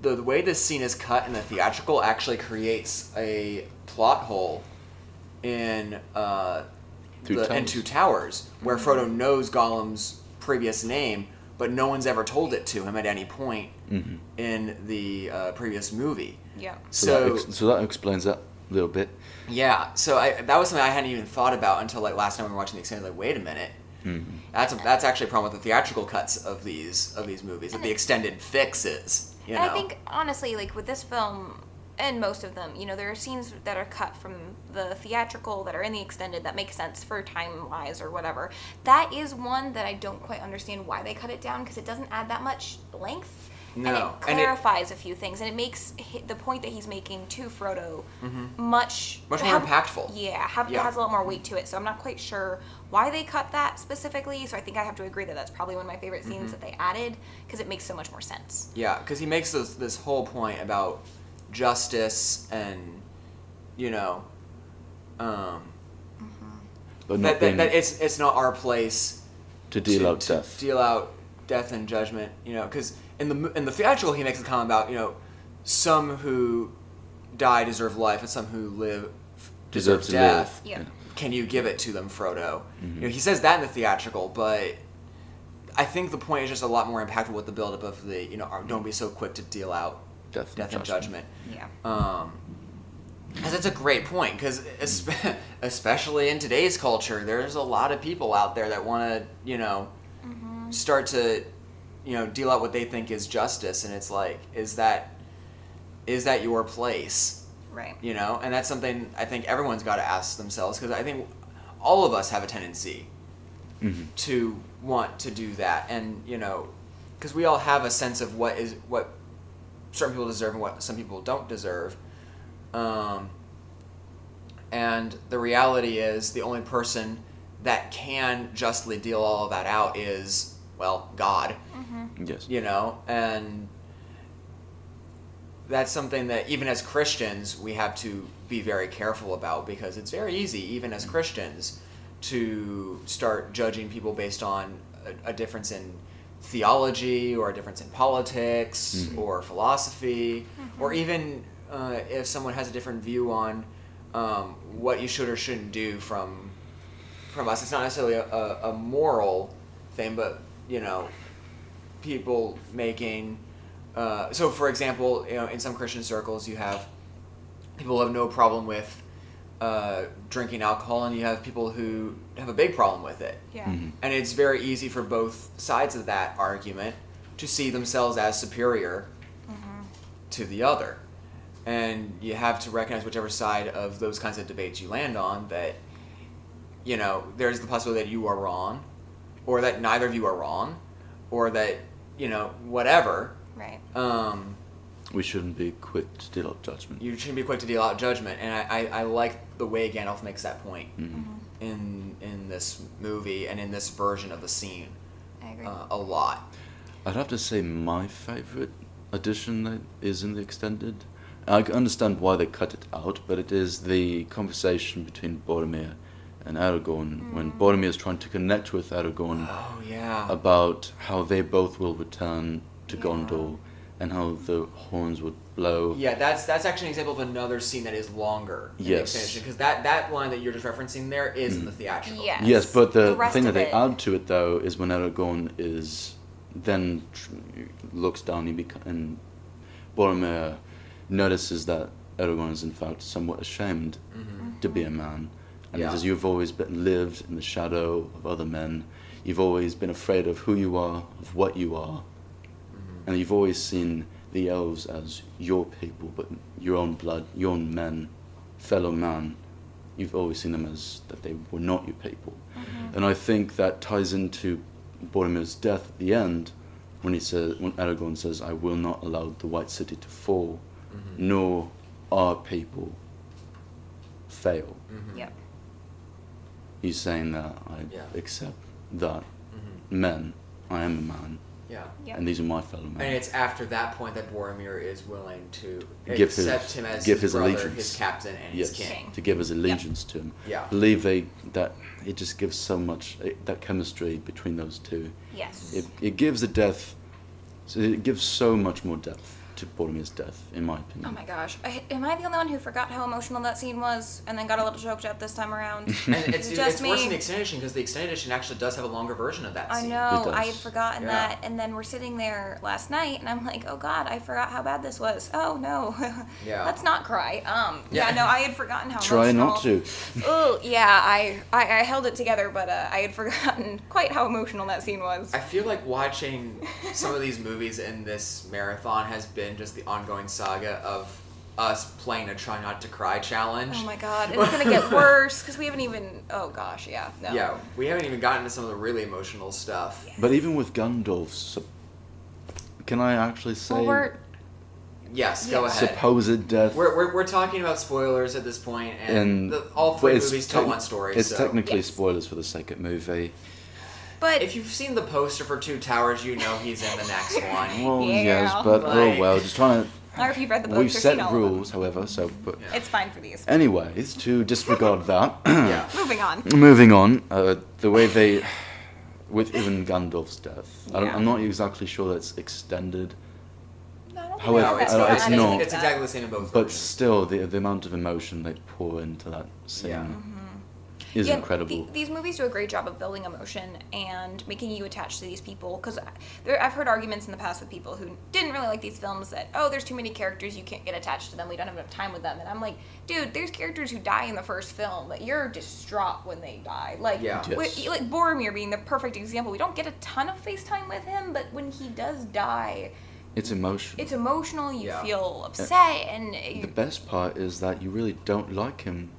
Speaker 1: the, the way this scene is cut in the theatrical actually creates a plot hole in uh,
Speaker 3: Two
Speaker 1: the in
Speaker 3: Towers.
Speaker 1: Two Towers where
Speaker 2: Mm-hmm.
Speaker 1: Frodo knows Gollum's previous name, but no one's ever told it to him at any point
Speaker 3: Mm.
Speaker 1: in the uh, previous movie.
Speaker 2: Yeah.
Speaker 1: So,
Speaker 3: that, ex- so that explains that a little bit.
Speaker 1: yeah, so I, that was something I hadn't even thought about until like last time we were watching the extended. Like, wait a minute, that's a, that's actually a problem with the theatrical cuts of these of these movies that the extended fixes. You know,
Speaker 2: And I think honestly, like with this film and most of them, you know, there are scenes that are cut from the theatrical that are in the extended that make sense for time wise or whatever. That is one that I don't quite understand why they cut it down because it doesn't add that much length. And
Speaker 1: No,
Speaker 2: it
Speaker 1: and it-
Speaker 2: clarifies a few things, and it makes hi- the point that he's making to Frodo much
Speaker 1: Mm-hmm. Much more impactful.
Speaker 2: Yeah, have,
Speaker 1: Yeah.
Speaker 2: has a lot more weight to it. So I'm not quite sure why they cut that specifically. So I think I have to agree that that's probably one of my favorite scenes
Speaker 1: Mm-hmm.
Speaker 2: that they added because it makes so much more sense.
Speaker 1: yeah, because he makes this this whole point about justice and you know um, that,
Speaker 3: But not
Speaker 1: that,
Speaker 3: being
Speaker 1: that it's it's not our place
Speaker 3: to deal
Speaker 1: to-
Speaker 3: out
Speaker 1: to
Speaker 3: death.
Speaker 1: deal out death and judgment. You know, because in the mo- in the theatrical he makes a comment about you know some who die deserve life and some who live f- deserve
Speaker 3: deserve to Mm-hmm.
Speaker 1: death.
Speaker 2: Yeah.
Speaker 1: Can you give it to them, Frodo? You know, he says that in the theatrical, but I think the point is just a lot more impactful with the buildup of the you know our- don't be so quick to deal out
Speaker 3: Death and
Speaker 1: death and
Speaker 3: judgment.
Speaker 1: judgment.
Speaker 2: Yeah.
Speaker 1: Um, because it's a great point. Because especially in today's culture, there's a lot of people out there that want to, you know, start to, you know, deal out what they think is justice, and it's like, is that, is that your place?
Speaker 2: Right.
Speaker 1: You know, and that's something I think everyone's got to ask themselves because I think all of us have a tendency to want to do that, and you know, because we all have a sense of what is what certain people deserve and what some people don't deserve. Um, and the reality is, the only person that can justly deal all of that out is, well, God
Speaker 3: Mm, Yes.
Speaker 1: you know and that's something that even as christians we have to be very careful about because it's very easy even as christians to start judging people based on a, a difference in theology or a difference in politics or philosophy or even uh, if someone has a different view on um, what you should or shouldn't do from from us it's not necessarily a, a, a moral thing but you know people making. Uh, so, for example, you know, in some Christian circles, you have people who have no problem with uh, drinking alcohol, and you have people who have a big problem with it.
Speaker 2: Yeah.
Speaker 3: Mm-hmm.
Speaker 1: And it's very easy for both sides of that argument to see themselves as superior to the other. And you have to recognize whichever side of those kinds of debates you land on that, you know, there's the possibility that you are wrong, or that neither of you are wrong, or that, you know, whatever.
Speaker 2: Right.
Speaker 1: Um,
Speaker 3: We shouldn't be quick to deal out judgment.
Speaker 1: you shouldn't be quick to deal out judgment. And I, I, I like the way Gandalf makes that point in, in this movie and in this version of the scene
Speaker 2: I agree.
Speaker 1: uh, a lot.
Speaker 3: I'd have to say my favorite addition that is in the extended. I can understand why they cut it out, but it is the conversation between Boromir and Aragorn when
Speaker 1: Mm.
Speaker 3: Boromir is trying to connect with Aragorn
Speaker 1: Oh, yeah.
Speaker 3: about how they both will return to Gondor and how the horns would blow.
Speaker 1: Yeah, that's that's actually an example of another scene that is longer.
Speaker 3: Yes. Mm.
Speaker 1: Because that, that line that you're just referencing there is in the theatrical.
Speaker 2: Yeah.
Speaker 3: Yes, but the,
Speaker 2: The rest
Speaker 3: thing that
Speaker 2: of
Speaker 3: they
Speaker 2: it-
Speaker 3: add to it though is when Aragorn is then tr- looks down he beco- and Boromir
Speaker 1: Mm-hmm.
Speaker 2: Mm-hmm.
Speaker 3: notices that Aragorn is in fact somewhat ashamed to be a man And
Speaker 1: Yeah.
Speaker 3: he says, You've always been, lived in the shadow of other men. You've always been afraid of who you are, of what you are. And you've always seen the elves as your people, but your own blood, your own men, fellow man. You've always seen them as that they were not your people.
Speaker 2: Mm-hmm.
Speaker 3: And I think that ties into Boromir's death at the end when he says, when Aragorn says, I will not allow the White City to fall,
Speaker 1: Mm-hmm.
Speaker 3: Mm. nor our people fail.
Speaker 1: Mm-hmm.
Speaker 2: Yep.
Speaker 3: He's saying that I
Speaker 1: Yeah.
Speaker 3: accept that men, I am a man,
Speaker 1: Mm-hmm. Yeah.
Speaker 2: Yep.
Speaker 3: and these are my fellow
Speaker 1: And
Speaker 3: men.
Speaker 1: it's after that point that Boromir is willing to
Speaker 3: Give his-
Speaker 1: accept him as
Speaker 3: give
Speaker 1: his,
Speaker 3: his
Speaker 1: brother,
Speaker 3: allegiance.
Speaker 1: his captain, and
Speaker 3: Yes,
Speaker 1: his king.
Speaker 3: to give his allegiance to him.
Speaker 1: Yeah.
Speaker 3: Believe they that it just gives so much it, that chemistry between those two.
Speaker 2: Yes.
Speaker 3: It, it gives a death, so it gives so much more depth to Boromir's death, in my opinion.
Speaker 2: Oh my gosh. I, am I the only one who forgot how emotional that scene was and then got a little choked up this time around?
Speaker 1: And it's,
Speaker 2: Just
Speaker 1: it's worse
Speaker 2: me.
Speaker 1: than the extended edition because the extended edition actually does have a longer version of that
Speaker 2: I
Speaker 1: scene.
Speaker 2: know.
Speaker 3: It
Speaker 2: I had
Speaker 3: does.
Speaker 2: forgotten
Speaker 1: Yeah.
Speaker 2: that. And then we're sitting there last night and I'm like, oh God, I forgot how bad this was. Oh no.
Speaker 1: Yeah.
Speaker 2: Let's not cry. Um, yeah.
Speaker 1: Yeah.
Speaker 2: no, I had forgotten how
Speaker 3: Try
Speaker 2: emotional.
Speaker 3: not to.
Speaker 2: Oh, yeah. I, I, I held it together, but uh, I had forgotten quite how emotional that scene was.
Speaker 1: I feel like watching some of these movies in this marathon has been just the ongoing saga of us playing a try not to cry challenge.
Speaker 2: Oh my God. And it's going to get worse because we haven't even. Oh gosh. Yeah. No.
Speaker 1: Yeah, we haven't even gotten to some of the really emotional stuff.
Speaker 3: But even with Gandalf, sup- can I actually say
Speaker 2: Well, we're.
Speaker 1: Yes, go
Speaker 2: Yeah.
Speaker 1: ahead.
Speaker 3: supposed death?
Speaker 1: We're, we're, we're talking about spoilers at this point, and,
Speaker 3: and
Speaker 1: the, all
Speaker 3: but
Speaker 1: three
Speaker 3: it's
Speaker 1: movies tell
Speaker 3: tec-
Speaker 1: one story.
Speaker 3: It's
Speaker 1: so.
Speaker 3: technically
Speaker 2: Yes.
Speaker 3: spoilers for the second movie.
Speaker 2: But
Speaker 1: If you've seen the poster for Two Towers, you know he's in the next one.
Speaker 3: Well,
Speaker 2: Yeah.
Speaker 3: yes, but
Speaker 1: Right.
Speaker 3: oh well. Just trying to.
Speaker 2: Or if you've read the books
Speaker 3: We've
Speaker 2: or seen
Speaker 3: set
Speaker 2: all of them.
Speaker 3: rules, however. So, but
Speaker 1: Yeah.
Speaker 2: It's fine for these.
Speaker 3: anyways, to disregard that.
Speaker 1: yeah.
Speaker 2: Moving on.
Speaker 3: Moving on, uh, the way they, with even Gandalf's death, I don't,
Speaker 2: Yeah.
Speaker 3: I'm not exactly sure that's extended,
Speaker 1: No,
Speaker 3: However,
Speaker 2: No,
Speaker 1: it's,
Speaker 3: uh,
Speaker 1: not,
Speaker 3: it's
Speaker 1: it's,
Speaker 3: not.
Speaker 1: it's exactly the same in both.
Speaker 3: but
Speaker 1: versions.
Speaker 3: still, the the amount of emotion they pour into that scene
Speaker 1: Yeah.
Speaker 3: is
Speaker 2: Mm-hmm. Yeah,
Speaker 3: incredible.
Speaker 2: the- these movies do a great job of building emotion and making you attached to these people. Because I've heard arguments in the past with people who didn't really like these films that, oh, there's too many characters, you can't get attached to them, we don't have enough time with them. And I'm like, dude, there's characters who die in the first film that you're distraught when they die. Like,
Speaker 1: Yeah.
Speaker 2: we-
Speaker 3: Yes.
Speaker 2: like Boromir being the perfect example. We don't get a ton of face time with him, but when he does die,
Speaker 3: it's emotion.
Speaker 2: it's emotional. You
Speaker 1: Yeah.
Speaker 2: feel upset, and
Speaker 3: the
Speaker 2: you,
Speaker 3: best part is that you really don't like him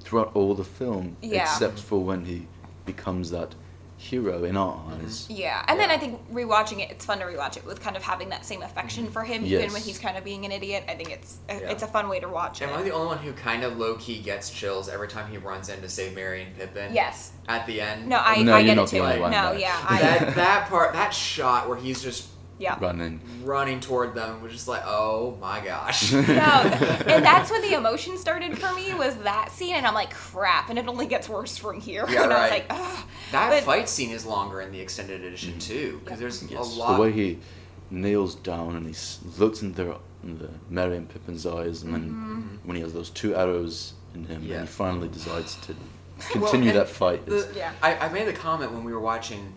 Speaker 3: throughout all the film,
Speaker 2: Yeah.
Speaker 3: except for when he becomes that hero in our eyes.
Speaker 2: Yeah, and then
Speaker 1: Yeah.
Speaker 2: I think rewatching it, it's fun to rewatch it with kind of having that same affection for him, even
Speaker 3: Yes.
Speaker 2: when he's kind of being an idiot. I think it's
Speaker 1: Yeah.
Speaker 2: it's a fun way to watch
Speaker 1: Am I
Speaker 2: it.
Speaker 1: the only one who kind of low key gets chills every time he runs in to save Mary and Pippin?
Speaker 2: Yes.
Speaker 1: At the end.
Speaker 2: No, I,
Speaker 3: No,
Speaker 2: I
Speaker 3: you're
Speaker 2: get
Speaker 3: not
Speaker 2: it
Speaker 3: the
Speaker 2: too.
Speaker 3: only one,
Speaker 2: no,
Speaker 3: though.
Speaker 2: yeah, I,
Speaker 1: That that part, that shot where he's just
Speaker 2: yeah.
Speaker 3: Running.
Speaker 1: running toward them was just like, oh my gosh.
Speaker 2: No, and that's when the emotion started for me was that scene, and I'm like, crap, and it only gets worse from here.
Speaker 1: Yeah,
Speaker 2: and I was
Speaker 1: right.
Speaker 2: like, Ugh.
Speaker 1: That
Speaker 2: But-
Speaker 1: fight scene is longer in the extended edition too, because there's
Speaker 3: Mm-hmm. Yes,
Speaker 1: a lot.
Speaker 3: the way he kneels down and he s- looks into their, in the Mary and Pippin's eyes, and
Speaker 2: Mm-hmm.
Speaker 3: then
Speaker 2: Mm.
Speaker 1: Mm-hmm.
Speaker 3: when he has those two arrows in him,
Speaker 1: Yeah.
Speaker 3: and he finally decides to
Speaker 1: Well,
Speaker 3: continue
Speaker 1: and
Speaker 3: that fight.
Speaker 1: the-
Speaker 3: is-
Speaker 2: Yeah.
Speaker 1: I, I made the comment when we were watching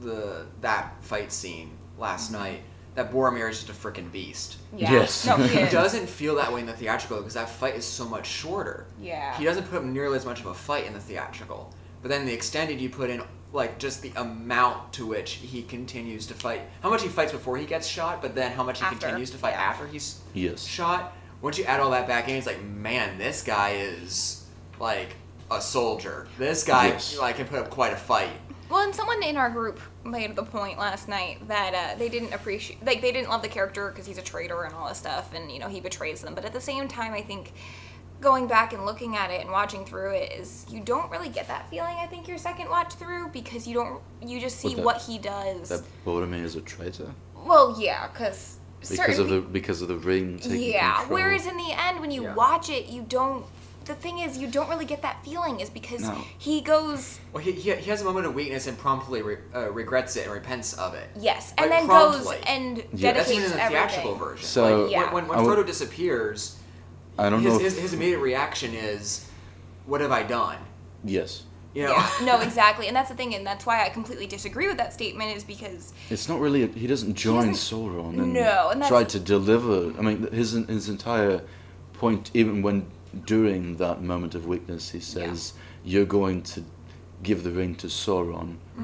Speaker 1: the that fight scene last
Speaker 2: Mm-hmm.
Speaker 1: night that Boromir is just a freaking beast.
Speaker 2: yeah.
Speaker 3: Yes.
Speaker 2: no, he
Speaker 1: He
Speaker 2: is.
Speaker 1: doesn't feel that way in the theatrical because that fight is so much shorter.
Speaker 2: Yeah.
Speaker 1: He doesn't put up nearly as much of a fight in the theatrical, but then the extended you put in like just the amount to which he continues to fight. How much he fights before he gets shot, but then how much he
Speaker 2: After.
Speaker 1: continues to fight
Speaker 2: Yeah.
Speaker 1: after he's
Speaker 3: Yes.
Speaker 1: shot. Once you add all that back in, it's like, man, this guy is like a soldier. This guy
Speaker 3: Yes.
Speaker 1: like can put up quite a fight.
Speaker 2: Well, and someone in our group made the point last night that uh, they didn't appreciate, like, they didn't love the character because he's a traitor and all this stuff, and you know he betrays them. But at the same time, I think going back and looking at it and watching through it is you don't really get that feeling. I think your second watch through because you don't, you just see
Speaker 3: With that-
Speaker 2: what he does.
Speaker 3: That Boromir is a traitor
Speaker 2: well, yeah, cause
Speaker 3: because
Speaker 2: certain
Speaker 3: of the because of the ring taking
Speaker 2: yeah.
Speaker 3: control.
Speaker 2: Whereas in the end, when you
Speaker 1: Yeah.
Speaker 2: watch it, you don't. The thing is, you don't really get that feeling, is because
Speaker 3: No.
Speaker 2: he goes
Speaker 1: Well, he, he, he has a moment of weakness and promptly re, uh, regrets it and repents of it.
Speaker 2: yes, and
Speaker 1: Like,
Speaker 2: then
Speaker 1: promptly.
Speaker 2: goes and
Speaker 3: Yeah.
Speaker 2: dedicates
Speaker 1: That's even in the
Speaker 2: everything.
Speaker 1: theatrical version.
Speaker 3: So-
Speaker 1: like, when-
Speaker 2: Yeah.
Speaker 1: when, when
Speaker 3: I would-
Speaker 1: Frodo disappears,
Speaker 3: I don't know.
Speaker 1: his,
Speaker 3: If,
Speaker 1: his, his immediate reaction is, "What have I done?"
Speaker 3: yes,
Speaker 1: You know.
Speaker 2: Yeah. No, exactly. And that's the thing, and that's why I completely disagree with that statement is because
Speaker 3: it's not really. A, he doesn't join
Speaker 2: doesn't-
Speaker 3: Sauron and
Speaker 2: No, and that's-
Speaker 3: try to deliver. I mean, th- his his entire point, even when during that moment of weakness, he says, "You're going to give the ring to Sauron,
Speaker 1: Mm-hmm.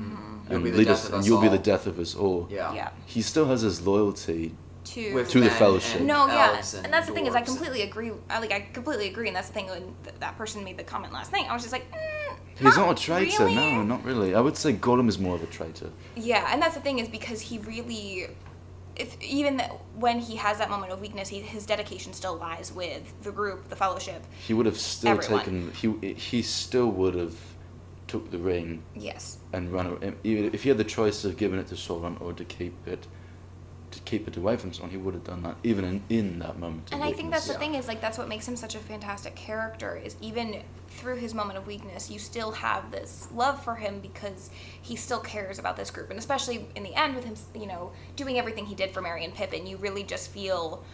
Speaker 1: You'll
Speaker 3: and
Speaker 1: be the
Speaker 3: lead
Speaker 1: death
Speaker 3: us,
Speaker 1: of
Speaker 3: and
Speaker 1: us
Speaker 3: you'll be
Speaker 1: all."
Speaker 3: the death of us all."
Speaker 1: Yeah.
Speaker 2: yeah.
Speaker 3: He still has his loyalty.
Speaker 2: To
Speaker 1: With
Speaker 3: To the
Speaker 1: men
Speaker 3: fellowship.
Speaker 1: and
Speaker 2: no, yeah,
Speaker 1: elves
Speaker 2: and, that's the thing is I
Speaker 1: dwarves.
Speaker 2: completely agree. I like I completely agree, and that's the thing when th- that person made the comment last night. I was just like, mm,
Speaker 3: He's not a traitor.
Speaker 2: really.
Speaker 3: No, not really. I would say Gollum is more of a traitor.
Speaker 2: Yeah, and that's the thing is because he really, if even th- when he has that moment of weakness, he, his dedication still lies with the group, the fellowship.
Speaker 3: He would have still
Speaker 2: Everyone.
Speaker 3: taken. He he still would have took the ring
Speaker 2: Yes.
Speaker 3: and run away. Even if he had the choice of giving it to Sauron or to keep it, to keep it away from Sauron, he would have done that. Even in, in that moment. of
Speaker 2: And I think
Speaker 3: weakness.
Speaker 2: that's the thing is like that's what makes him such a fantastic character is even through his moment of weakness, you still have this love for him because he still cares about this group, and especially in the end with him, you know, doing everything he did for Merry and Pippin, you really just feel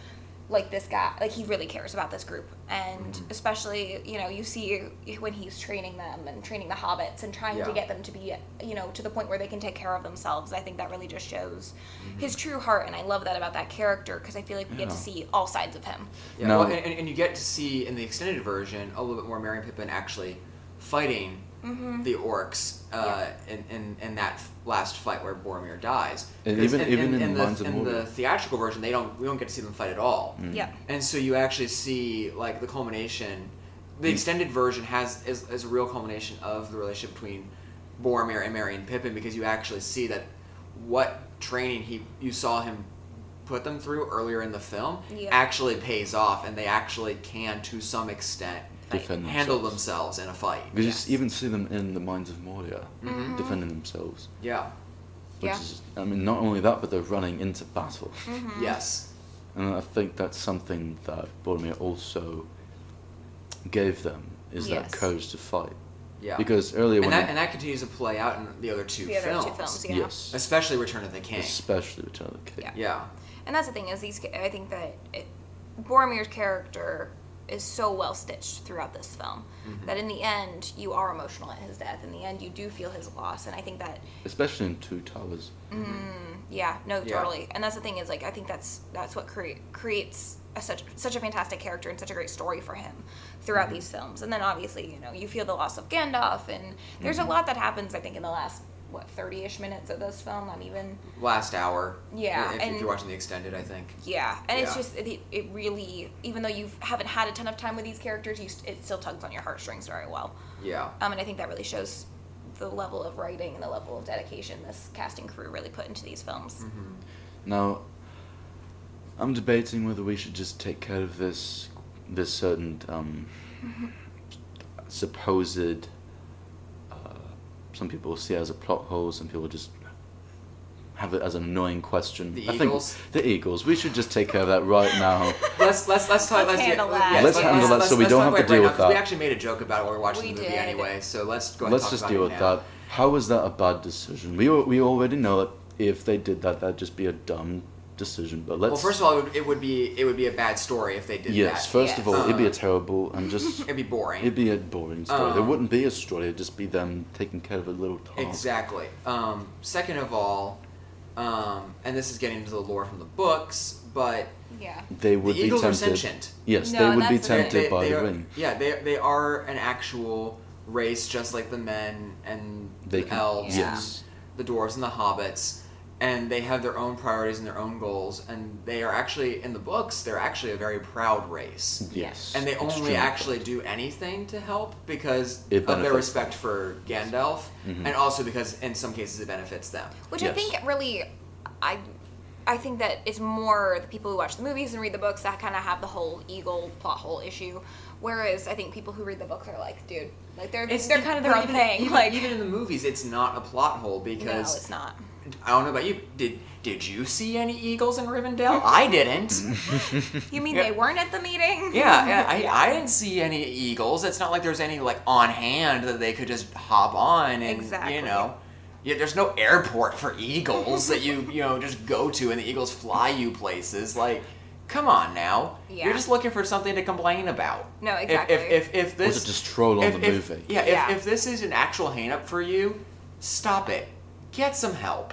Speaker 2: like this guy, like he really cares about this group, and especially you know you see when he's training them and training the hobbits and trying
Speaker 1: Yeah.
Speaker 2: to get them to be you know to the point where they can take care of themselves. I think that really just shows his true heart, and I love that about that character because I feel like we get to
Speaker 3: Yeah.
Speaker 2: see all sides of him.
Speaker 1: Yeah,
Speaker 3: No.
Speaker 1: well, and, and- and you get to see in the extended version a little bit more Merry and Pippin actually fighting
Speaker 2: Mm-hmm.
Speaker 1: the orcs uh, in, in, in that f- last fight where Boromir dies.
Speaker 3: And
Speaker 1: 'Cause
Speaker 3: even- even in
Speaker 1: the,
Speaker 3: Mines of
Speaker 1: in the
Speaker 3: Moria.
Speaker 1: theatrical version, they don't we don't get to see them fight at all.
Speaker 2: Yeah.
Speaker 1: And so you actually see like the culmination.
Speaker 3: Mm.
Speaker 1: The extended version has is, is a real culmination of the relationship between Boromir and Merry and Pippin because you actually see that what training he you saw him put them through earlier in the film
Speaker 2: Yeah.
Speaker 1: actually pays off and they actually can to some extent
Speaker 3: Defend
Speaker 1: handle themselves in a fight.
Speaker 3: We
Speaker 1: Yeah.
Speaker 3: just even see them in the minds of Moria,
Speaker 2: Mm-hmm.
Speaker 3: defending themselves.
Speaker 1: Yeah.
Speaker 3: Which
Speaker 2: Yeah. Mm-hmm.
Speaker 3: is, I mean, not only that, but they're running into battle.
Speaker 1: Yes.
Speaker 3: And I think that's something that Boromir also gave them is
Speaker 2: Yes.
Speaker 3: that courage to fight.
Speaker 1: Yeah.
Speaker 3: Because earlier
Speaker 1: and
Speaker 3: when
Speaker 1: that,
Speaker 3: he-
Speaker 1: and that continues to play out in the other two
Speaker 2: the other
Speaker 1: films.
Speaker 2: two films, yeah.
Speaker 3: yes,
Speaker 1: Especially Return of the King.
Speaker 3: especially Return of the King.
Speaker 2: Yeah.
Speaker 1: Yeah.
Speaker 2: And that's the thing is these. I think that it, Boromir's character is so well stitched throughout this film
Speaker 1: Mm-hmm.
Speaker 2: that in the end you are emotional at his death. In the end, you do feel his loss, and I think that
Speaker 3: Especially in Two Towers.
Speaker 2: Mm-hmm. yeah, no,
Speaker 1: Mm-hmm. Yeah.
Speaker 2: totally. And that's the thing is like I think that's that's what crea- creates a such such a fantastic character and such a great story for him throughout
Speaker 1: Mm-hmm.
Speaker 2: these films. And then obviously you know you feel the loss of Gandalf, and there's
Speaker 1: Mm-hmm.
Speaker 2: a lot that happens. I think in the last what thirty-ish minutes of this film, not even.
Speaker 1: Last hour.
Speaker 2: Yeah,
Speaker 1: If, if
Speaker 2: and-
Speaker 1: you're watching the extended, I think.
Speaker 2: Yeah, and it's
Speaker 1: Yeah.
Speaker 2: just it, it really, even though you haven't had a ton of time with these characters, you st- it still tugs on your heartstrings very well.
Speaker 1: Yeah.
Speaker 2: Um, and I think that really shows the level of writing and the level of dedication this casting crew really put into these films.
Speaker 1: Mm-hmm.
Speaker 3: Now, I'm debating whether we should just take care of this this certain um, supposed. Uh, some people see it as a plot hole. Some people just have it as an annoying question.
Speaker 1: The
Speaker 3: I think
Speaker 1: Eagles?
Speaker 3: the Eagles. We should just take care of that right now.
Speaker 1: Let's let's let's talk.
Speaker 2: Let's handle that.
Speaker 1: yes,
Speaker 2: Let's handle
Speaker 3: that so we
Speaker 1: talk
Speaker 3: don't have to
Speaker 1: about it
Speaker 3: deal
Speaker 1: now,
Speaker 3: with
Speaker 1: 'cause We
Speaker 3: that.
Speaker 1: actually made a joke about it while we were watching
Speaker 2: We
Speaker 1: the movie
Speaker 2: did.
Speaker 1: anyway, so let's go. ahead and
Speaker 3: Let's
Speaker 1: talk
Speaker 3: just
Speaker 1: about
Speaker 3: deal
Speaker 1: it
Speaker 3: with
Speaker 1: now.
Speaker 3: that. How is that a bad decision? We al- we already know that if they did that, that'd just be a dumb decision. But let's.
Speaker 1: Well, first of all, it would, it would be it would be a bad story if they did
Speaker 3: yes.
Speaker 1: that.
Speaker 3: First of all, it'd be
Speaker 1: Uh,
Speaker 3: a terrible and just
Speaker 1: It'd be boring.
Speaker 3: It'd be a boring story. there
Speaker 1: Um,
Speaker 3: wouldn't be a story. It'd just be them taking care of a little task.
Speaker 1: Exactly. Um, second of all, um, and this is getting into the lore from the books, but
Speaker 2: Yeah.
Speaker 3: They would
Speaker 1: the
Speaker 3: be
Speaker 1: Eagles are
Speaker 3: tempted.
Speaker 1: sentient.
Speaker 3: Yes,
Speaker 2: No,
Speaker 3: they
Speaker 2: and
Speaker 3: would be
Speaker 2: that's the thing.
Speaker 3: tempted
Speaker 1: They- they-
Speaker 3: by
Speaker 1: they
Speaker 3: the
Speaker 1: are-
Speaker 3: ring.
Speaker 1: Yeah, they they are an actual race, just like the men and
Speaker 3: They
Speaker 1: the
Speaker 3: can-
Speaker 1: elves, and
Speaker 3: yes.
Speaker 1: the dwarves and the hobbits, and they have their own priorities and their own goals, and they are actually in the books. They're actually a very proud race,
Speaker 3: Yes.
Speaker 1: and they only
Speaker 3: extremely
Speaker 1: actually do anything to help because
Speaker 3: It
Speaker 1: of their
Speaker 3: benefits Mm-hmm.
Speaker 1: respect for Gandalf, and also because in some cases it benefits them.
Speaker 2: Which I
Speaker 3: Yes.
Speaker 2: think really, I, I think that it's more the people who watch the movies and read the books that kind of have the whole eagle plot hole issue, whereas I think people who read the books are like, dude, like they're they're kind of their
Speaker 1: but
Speaker 2: own
Speaker 1: even-
Speaker 2: thing.
Speaker 1: even-
Speaker 2: like,
Speaker 1: even in the movies, it's not a plot hole
Speaker 2: no,
Speaker 1: because
Speaker 2: it's not.
Speaker 1: I don't know about you. Did did you see any eagles in Rivendell? I
Speaker 3: Mm-hmm.
Speaker 1: didn't.
Speaker 2: You mean
Speaker 1: Yeah.
Speaker 2: they weren't at the meeting?
Speaker 1: yeah, yeah, I, I didn't see any eagles. It's not like there's any like on hand that they could just hop on and
Speaker 2: Exactly.
Speaker 1: you know. Yeah, there's no airport for eagles that you you know just go to and the eagles fly you places. Like, come on now,
Speaker 2: Yeah.
Speaker 1: you're just looking for something to complain about.
Speaker 2: No,
Speaker 1: If-
Speaker 2: exactly.
Speaker 1: If if if
Speaker 3: Was
Speaker 1: this
Speaker 3: it just troll on
Speaker 1: if-
Speaker 3: the
Speaker 1: if-
Speaker 3: movie?
Speaker 1: Yeah,
Speaker 2: Yeah.
Speaker 1: If, if this is an actual hang up for you, stop it. get some help.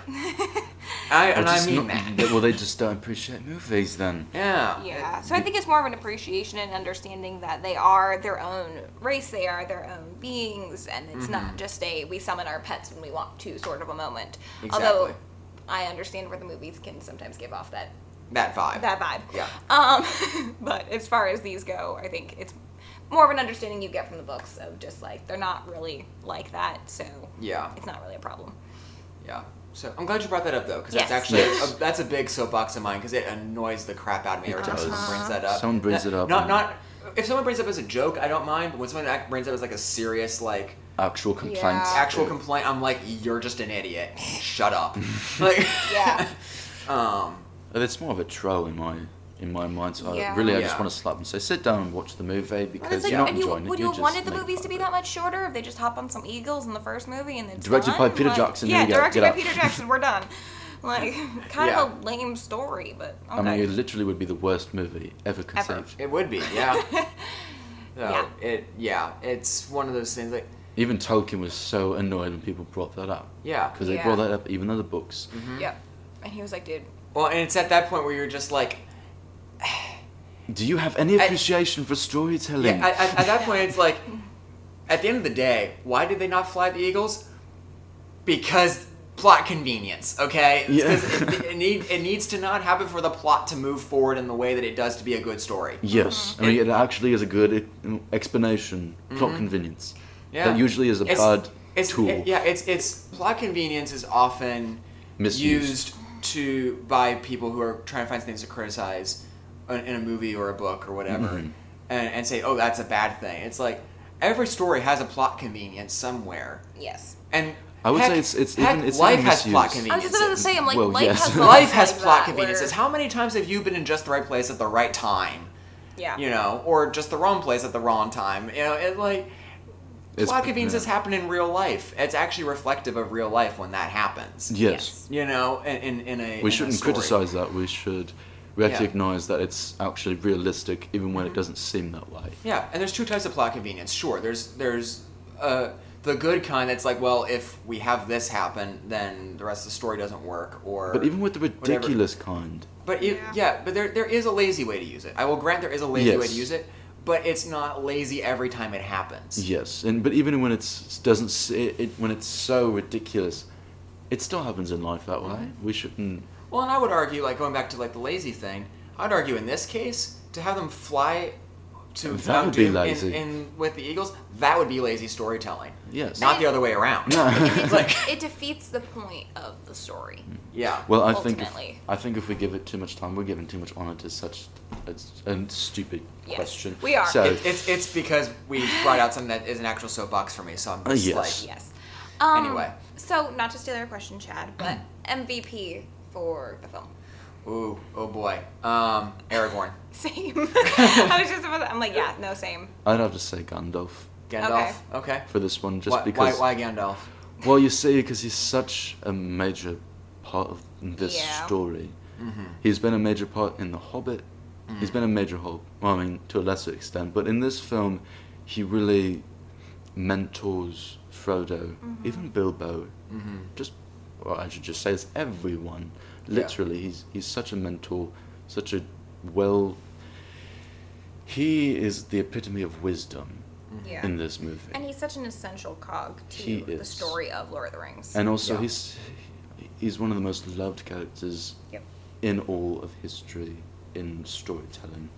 Speaker 1: I,
Speaker 3: Or
Speaker 1: and I
Speaker 3: just
Speaker 1: mean
Speaker 3: not-
Speaker 1: that.
Speaker 3: Well, they just don't appreciate movies then.
Speaker 1: Yeah.
Speaker 2: Yeah. So I think it's more of an appreciation and understanding that they are their own race, they are their own beings, and it's
Speaker 1: Mm-hmm.
Speaker 2: not just a we summon our pets when we want to sort of a moment. Although
Speaker 1: Exactly.
Speaker 2: I understand where the movies can sometimes give off that
Speaker 1: That vibe.
Speaker 2: that vibe.
Speaker 1: Yeah.
Speaker 2: Um, but as far as these go, I think it's more of an understanding you get from the books of just like they're not really like that, so
Speaker 1: Yeah.
Speaker 2: it's not really a problem.
Speaker 1: Yeah. So I'm glad you brought that up though, because
Speaker 2: Yes.
Speaker 1: that's actually
Speaker 3: Yes.
Speaker 1: a, that's a big soapbox of mine because it annoys the crap out of me every time someone
Speaker 2: Uh-huh.
Speaker 3: does.
Speaker 1: brings that up.
Speaker 3: Someone brings
Speaker 1: Not-
Speaker 3: it up
Speaker 1: Not
Speaker 3: and-
Speaker 1: not if someone brings it up as a joke, I don't mind. But when someone act- brings it up as like a serious like
Speaker 3: Actual complaint.
Speaker 2: Yeah.
Speaker 1: actual complaint, I'm like, you're just an idiot. Shut up. like
Speaker 2: Yeah.
Speaker 1: um.
Speaker 3: Uh, It's more of a troll in my in my mind. So
Speaker 2: Yeah.
Speaker 3: I, really, I
Speaker 1: Yeah.
Speaker 3: just want to slap them. So sit down and watch the movie
Speaker 2: And it's
Speaker 3: because
Speaker 2: like,
Speaker 3: you're not
Speaker 2: and you,
Speaker 3: enjoying it.
Speaker 2: would you
Speaker 3: you're
Speaker 2: have
Speaker 3: just
Speaker 2: wanted the
Speaker 3: making
Speaker 2: movies to
Speaker 3: fun
Speaker 2: be
Speaker 3: of
Speaker 2: that
Speaker 3: it.
Speaker 2: much shorter if they just hop on some eagles in the first movie and it's
Speaker 3: Directed by
Speaker 2: done?
Speaker 3: Peter
Speaker 2: Like,
Speaker 3: Jackson, there
Speaker 2: Yeah,
Speaker 3: you go,
Speaker 2: directed
Speaker 3: get
Speaker 2: by
Speaker 3: out.
Speaker 2: Peter Jackson. We're done. Like, kind
Speaker 1: Yeah.
Speaker 2: of a lame story, but okay.
Speaker 3: I mean, it literally would be the worst movie ever conceived.
Speaker 1: It would be, yeah.
Speaker 2: Mm-hmm.
Speaker 1: So
Speaker 2: Yeah.
Speaker 1: it yeah, it's one of those things like
Speaker 3: Even Tolkien was so annoyed when people brought that up
Speaker 1: yeah. Mm-hmm.
Speaker 3: because they
Speaker 2: Yeah.
Speaker 3: brought that up even in the books.
Speaker 2: Yep. And he was like, dude,
Speaker 1: Well, and it's at that point where you're just like,
Speaker 3: Do you have any
Speaker 1: I-
Speaker 3: appreciation for storytelling?
Speaker 1: Yeah, at, at, at that point, it's like, at the end of the day, why did they not fly the Eagles? Because plot convenience, okay? It's 'cause
Speaker 3: Yeah.
Speaker 1: it, it, need, it needs to not happen for the plot to move forward in the way that it does to be a good story.
Speaker 3: yes, I mean it actually is a good e- explanation, plot convenience.
Speaker 1: Mm-hmm. Yeah.
Speaker 3: That usually is a
Speaker 1: It's-
Speaker 3: bad
Speaker 1: it's,
Speaker 3: tool.
Speaker 1: it- yeah, it's it's plot convenience is often
Speaker 3: Misused.
Speaker 1: used to by people who are trying to find things to criticize in, in a movie or a book or whatever,
Speaker 3: Mm-hmm.
Speaker 1: and, and say, oh, that's a bad thing. It's like every story has a plot convenience somewhere.
Speaker 2: yes.
Speaker 1: And
Speaker 3: I would
Speaker 1: heck-
Speaker 3: say it's- it's
Speaker 1: heck,
Speaker 3: even- it's
Speaker 1: life
Speaker 3: even
Speaker 1: has plot
Speaker 3: misused.
Speaker 2: I was just
Speaker 1: conveniences.
Speaker 2: about to say, I'm like,
Speaker 3: Well,
Speaker 2: life
Speaker 3: yes.
Speaker 1: life
Speaker 2: has moments
Speaker 1: has
Speaker 2: like
Speaker 1: plot
Speaker 2: that
Speaker 1: conveniences.
Speaker 2: where-
Speaker 1: How many times have you been in just the right place at the right time?
Speaker 2: Yeah.
Speaker 1: You know, or just the wrong place at the wrong time. You know, it like
Speaker 3: It's-
Speaker 1: plot conveniences
Speaker 3: yeah.
Speaker 1: happen in real life. It's actually reflective of real life when that happens.
Speaker 3: Yes.
Speaker 1: You know, in in, in a in a
Speaker 3: We shouldn't
Speaker 1: story.
Speaker 3: criticize that. We should recognize that it's actually realistic, even when
Speaker 1: Mm-hmm.
Speaker 3: it doesn't seem that way.
Speaker 1: Yeah, and there's two types of plot convenience. Sure, there's there's uh, the good kind that's like, well, if we have this happen, then the rest of the story doesn't work. Or
Speaker 3: But even with the
Speaker 1: whatever.
Speaker 3: ridiculous kind,
Speaker 1: But it, yeah.
Speaker 2: Yeah.
Speaker 1: but there there is a lazy way to use it. I will grant there is a lazy way
Speaker 3: Yes.
Speaker 1: to use it, but it's not lazy every time it happens.
Speaker 3: yes, and but even when it's doesn't s- it, it when it's so ridiculous, it still happens in life that way. We shouldn't.
Speaker 1: Well, and I would argue, like going back to like the lazy thing, I'd argue in this case to have them fly to
Speaker 3: That
Speaker 1: Mount
Speaker 3: would be
Speaker 1: Doom in-
Speaker 3: lazy.
Speaker 1: In, with the Eagles, that would be lazy storytelling.
Speaker 3: Yes.
Speaker 1: Not the other way around.
Speaker 2: it,
Speaker 1: like,
Speaker 2: it defeats the point of the story.
Speaker 1: yeah.
Speaker 3: Well, I think if,
Speaker 2: Ultimately.
Speaker 3: I think if we give it too much time, we're giving too much honor to such a, a stupid
Speaker 2: Yes,
Speaker 3: question.
Speaker 2: we are.
Speaker 3: So
Speaker 1: It, it's it's because we brought out something that is an actual soapbox for me, so I'm
Speaker 3: Uh,
Speaker 1: just
Speaker 3: yes.
Speaker 1: like,
Speaker 2: Yes. Um,
Speaker 1: Anyway.
Speaker 2: So, not to steal your question, Chad, but MVP for the film.
Speaker 1: ooh, oh boy, um, Aragorn,
Speaker 2: Same. I was just about to, I'm like, yeah, no, same.
Speaker 3: I'd have to say Gandalf
Speaker 1: Gandalf. Okay.
Speaker 3: for this one, just
Speaker 1: why,
Speaker 3: because.
Speaker 1: why, why Gandalf?
Speaker 3: Well, you see, because he's such a major part of this
Speaker 2: Yeah.
Speaker 3: story.
Speaker 1: Mm-hmm.
Speaker 3: He's been a major part in The Hobbit.
Speaker 1: Mm.
Speaker 3: He's been a major hob. Well, I mean, to a lesser extent, but in this film, he really mentors Frodo,
Speaker 2: Mm-hmm.
Speaker 3: even Bilbo.
Speaker 1: Mm-hmm.
Speaker 3: Just, well, I should just say it's everyone.
Speaker 1: Yeah.
Speaker 3: Literally, he's he's such a mentor, such a well. He is the epitome of wisdom
Speaker 1: Mm-hmm.
Speaker 2: Yeah.
Speaker 3: in this movie.
Speaker 2: And he's such an essential cog
Speaker 3: He
Speaker 2: to the
Speaker 3: is.
Speaker 2: story of Lord of the Rings.
Speaker 3: And also,
Speaker 1: Yeah.
Speaker 3: he's he's one of the most loved characters
Speaker 2: Yep.
Speaker 3: in all of history in storytelling.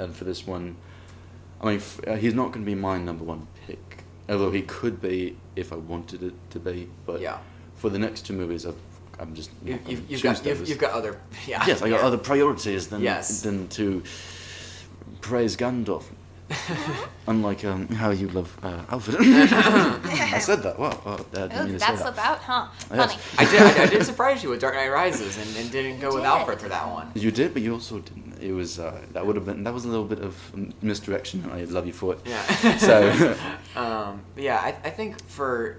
Speaker 3: And for this one, I mean, f- uh, he's not going to be my number one pick, although he could be if I wanted it to be. But
Speaker 1: Yeah.
Speaker 3: for the next two movies, I've, I'm just
Speaker 1: You,
Speaker 3: not gonna
Speaker 1: you've, you've
Speaker 3: choose
Speaker 1: got
Speaker 3: those.
Speaker 1: you've, you've got other yeah.
Speaker 3: yes, I got other priorities than
Speaker 1: Yes.
Speaker 3: than to praise Gandalf. Unlike um, how you love uh, Alfred. I said that. Wow. wow, I didn't mean
Speaker 2: Oh,
Speaker 3: to
Speaker 2: that
Speaker 3: say that.
Speaker 2: slip out, huh?
Speaker 3: Yes.
Speaker 2: Funny.
Speaker 1: I did, I, I did surprise you with Dark Knight Rises and, and didn't go
Speaker 2: You
Speaker 1: with
Speaker 2: did.
Speaker 1: Alfred for that one.
Speaker 3: You did, but you also didn't. It was uh, that would have been that was a little bit of m- misdirection, and I love you for it.
Speaker 1: Yeah.
Speaker 3: So
Speaker 1: um, but yeah, I, I think for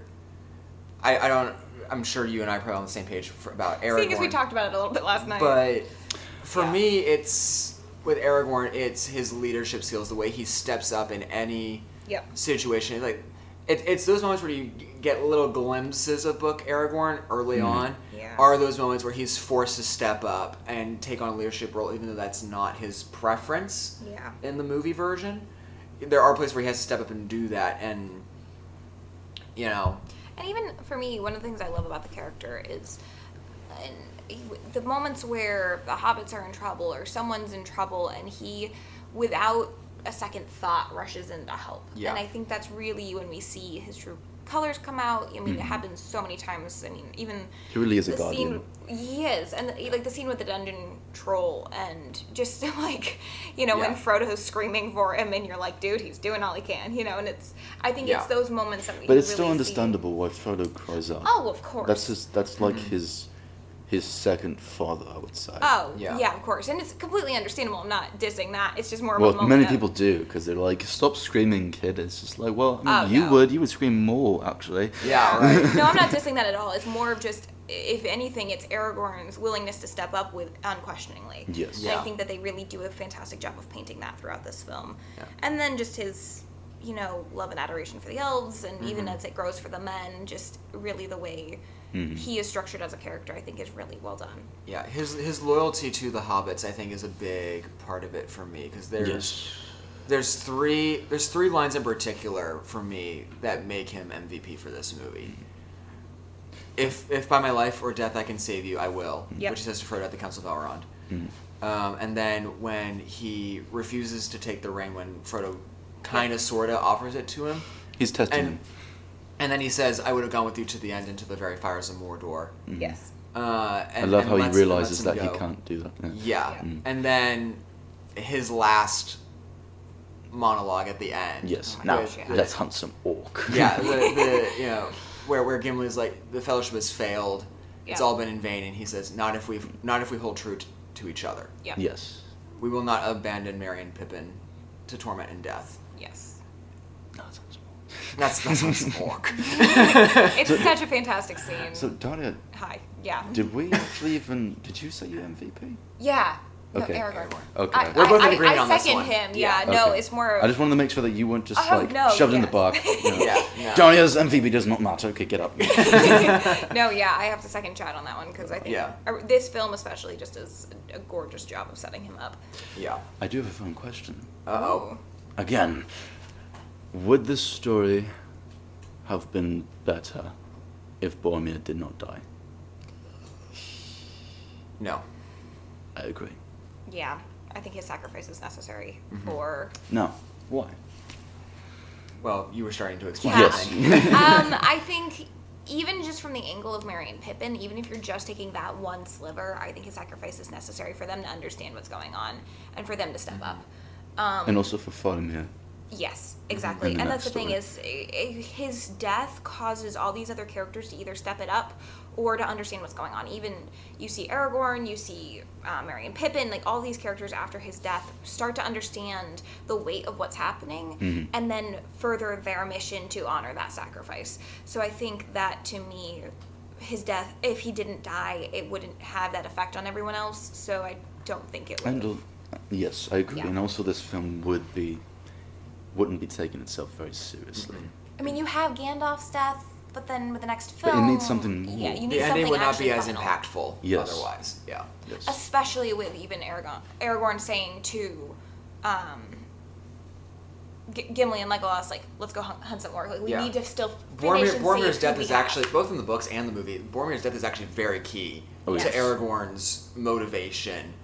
Speaker 1: I, I don't. I'm sure you and I are probably on the same page for, about Aragorn.
Speaker 2: Seeing as we talked about it a little bit last night.
Speaker 1: But for
Speaker 2: Yeah.
Speaker 1: me, it's with Aragorn. It's his leadership skills, the way he steps up in any
Speaker 2: Yep.
Speaker 1: situation. Like it, it's those moments where you get little glimpses of book Aragorn early on
Speaker 2: Yeah.
Speaker 1: are those moments where he's forced to step up and take on a leadership role, even though that's not his preference
Speaker 2: Yeah.
Speaker 1: in the movie version. There are places where he has to step up and do that, and you know,
Speaker 2: And even for me, one of the things I love about the character is and he, the moments where the hobbits are in trouble or someone's in trouble and he, without a second thought, rushes in to help.
Speaker 1: Yeah.
Speaker 2: And I think that's really when we see his true colors come out. I mean, it happens so many times. I mean, even
Speaker 3: He really is Mm-hmm. a
Speaker 2: the
Speaker 3: guardian.
Speaker 2: Scene, he is, and the, like the scene with the dungeon troll, and just like you know when
Speaker 1: Yeah.
Speaker 2: Frodo's screaming for him, and you're like, dude, he's doing all he can, you know. And it's, I think
Speaker 1: Yeah.
Speaker 2: it's those moments that we.
Speaker 3: But it's
Speaker 2: really
Speaker 3: still
Speaker 2: see.
Speaker 3: understandable why Frodo cries out.
Speaker 2: Oh, of course.
Speaker 3: That's his. That's like his, his second father, I would say.
Speaker 2: Oh,
Speaker 1: Yeah.
Speaker 2: yeah. of course. And it's completely understandable. I'm not dissing that. It's just more of
Speaker 3: well,
Speaker 2: a moment
Speaker 3: many
Speaker 2: of-
Speaker 3: people do because they're like, "Stop screaming, kid." It's just like, well, I mean,
Speaker 2: Oh,
Speaker 3: you
Speaker 2: no.
Speaker 3: would, you would scream more, actually.
Speaker 1: yeah, right.
Speaker 2: no, I'm not dissing that at all. It's more of just, if anything, it's Aragorn's willingness to step up with unquestioningly.
Speaker 3: Yes.
Speaker 2: And
Speaker 1: Yeah.
Speaker 2: I think that they really do a fantastic job of painting that throughout this film.
Speaker 1: Yeah.
Speaker 2: And then just his, you know, love and adoration for the elves, and
Speaker 3: Mm-hmm.
Speaker 2: even as it grows for the men, just really the way
Speaker 3: Mm-hmm.
Speaker 2: he is structured as a character, I think, is really well done.
Speaker 1: yeah. His his loyalty to the hobbits, I think, is a big part of it for me because there's there's three there's three lines in particular for me that make him MVP for this movie. If if by my life or death I can save you, I will.
Speaker 2: Yep.
Speaker 1: Which he says to Frodo at the Council of Elrond.
Speaker 3: Mm.
Speaker 1: Um, and then when he refuses to take the ring, when Frodo kind of sorta offers it to him,
Speaker 3: He's testing.
Speaker 1: and and then he says, "I would have gone with you to the end, into the very fires of Mordor."
Speaker 3: Mm-hmm.
Speaker 2: Yes.
Speaker 1: Uh,
Speaker 3: I
Speaker 1: and,
Speaker 3: love
Speaker 1: and
Speaker 3: how
Speaker 1: lets-
Speaker 3: he
Speaker 1: and
Speaker 3: realizes that
Speaker 1: lets him
Speaker 3: he
Speaker 1: go.
Speaker 3: can't do that. Yeah. Mm.
Speaker 1: Yeah.
Speaker 2: Yeah.
Speaker 1: And then his last monologue at the end.
Speaker 3: Yes.
Speaker 2: Oh my
Speaker 3: now
Speaker 2: gosh, yeah.
Speaker 3: let's hunt some orc.
Speaker 1: Yeah, the, the you know, where where Gimli's like the fellowship has failed. It's
Speaker 2: Yeah.
Speaker 1: all been in vain and he says, Not if we not if we hold true t- to each other.
Speaker 2: Yeah.
Speaker 3: yes.
Speaker 1: We will not abandon Merry and Pippin to torment and death.
Speaker 2: Yes.
Speaker 3: No, it's not some orc.
Speaker 1: That's that's not some orc.
Speaker 2: It's such a fantastic scene.
Speaker 3: So Daria,
Speaker 2: Hi. Yeah.
Speaker 3: did we actually even? Did you say you MVP?
Speaker 2: Yeah. No,
Speaker 3: Okay.
Speaker 2: Aragorn.
Speaker 3: Okay.
Speaker 2: I,
Speaker 1: We're both
Speaker 2: I,
Speaker 1: in agreement
Speaker 2: I, I
Speaker 1: on this
Speaker 2: second
Speaker 1: one.
Speaker 2: him.
Speaker 1: Yeah.
Speaker 2: Yeah. No,
Speaker 3: Okay.
Speaker 2: it's more. Of,
Speaker 3: I just wanted to make sure that you weren't just
Speaker 2: Oh,
Speaker 3: like
Speaker 2: no,
Speaker 3: shoved in the
Speaker 2: yes.
Speaker 3: park. you know.
Speaker 1: yeah. No.
Speaker 3: Dahlia's MVP does not matter. Okay, get up.
Speaker 2: no, yeah, I have to second Chad on that one because I think
Speaker 1: Yeah.
Speaker 2: uh, this film especially just does a gorgeous job of setting him up.
Speaker 1: Yeah.
Speaker 3: I do have a fun question.
Speaker 1: Uh oh.
Speaker 3: Again, would this story have been better if Boromir did not die?
Speaker 1: No.
Speaker 3: I agree.
Speaker 2: Yeah, I think his sacrifice is necessary
Speaker 1: Mm-hmm.
Speaker 2: for.
Speaker 3: No. Why?
Speaker 1: Well, you were starting to explain.
Speaker 2: Yeah.
Speaker 3: Yes.
Speaker 2: um, I think even just from the angle of Mary and Pippin, even if you're just taking that one sliver, I think his sacrifice is necessary for them to understand what's going on and for them to
Speaker 1: Mm-hmm.
Speaker 2: step up. Um,
Speaker 3: And also for Faramir.
Speaker 2: Yes, exactly.
Speaker 3: And
Speaker 2: And,
Speaker 3: the
Speaker 2: that's the thing
Speaker 3: backstory.
Speaker 2: is, i- i- his death causes all these other characters to either step it up or to understand what's going on. Even you see Aragorn, you see uh, Merry and Pippin, like all these characters after his death start to understand the weight of what's happening and then further their mission to honor that sacrifice. So I think that to me, his death, if he didn't die, it wouldn't have that effect on everyone else. So I don't think it would.
Speaker 3: And al- yes, I agree.
Speaker 2: Yeah.
Speaker 3: And also, this film would be wouldn't be taking itself very seriously.
Speaker 1: Mm-hmm.
Speaker 2: I mean, you have Gandalf's death, but then with the next
Speaker 3: But it
Speaker 2: film,
Speaker 3: needs something more.
Speaker 2: Yeah, you need
Speaker 1: The
Speaker 2: something
Speaker 1: ending would not be
Speaker 2: actually
Speaker 1: as
Speaker 2: final.
Speaker 1: impactful
Speaker 3: Yes.
Speaker 1: otherwise. Yeah.
Speaker 3: Yes.
Speaker 2: especially with even Aragorn, Aragorn saying to um, G- Gimli and Legolas, like, "Let's go hunt, hunt some orc. Like, we
Speaker 1: Yeah.
Speaker 2: need to still finish
Speaker 1: Boromir,
Speaker 2: and
Speaker 1: Boromir's
Speaker 2: save
Speaker 1: death
Speaker 2: who we
Speaker 1: is
Speaker 2: have."
Speaker 1: actually both in the books and the movie. Boromir's death is actually very key
Speaker 3: Oh,
Speaker 1: to
Speaker 3: yes.
Speaker 1: Aragorn's motivation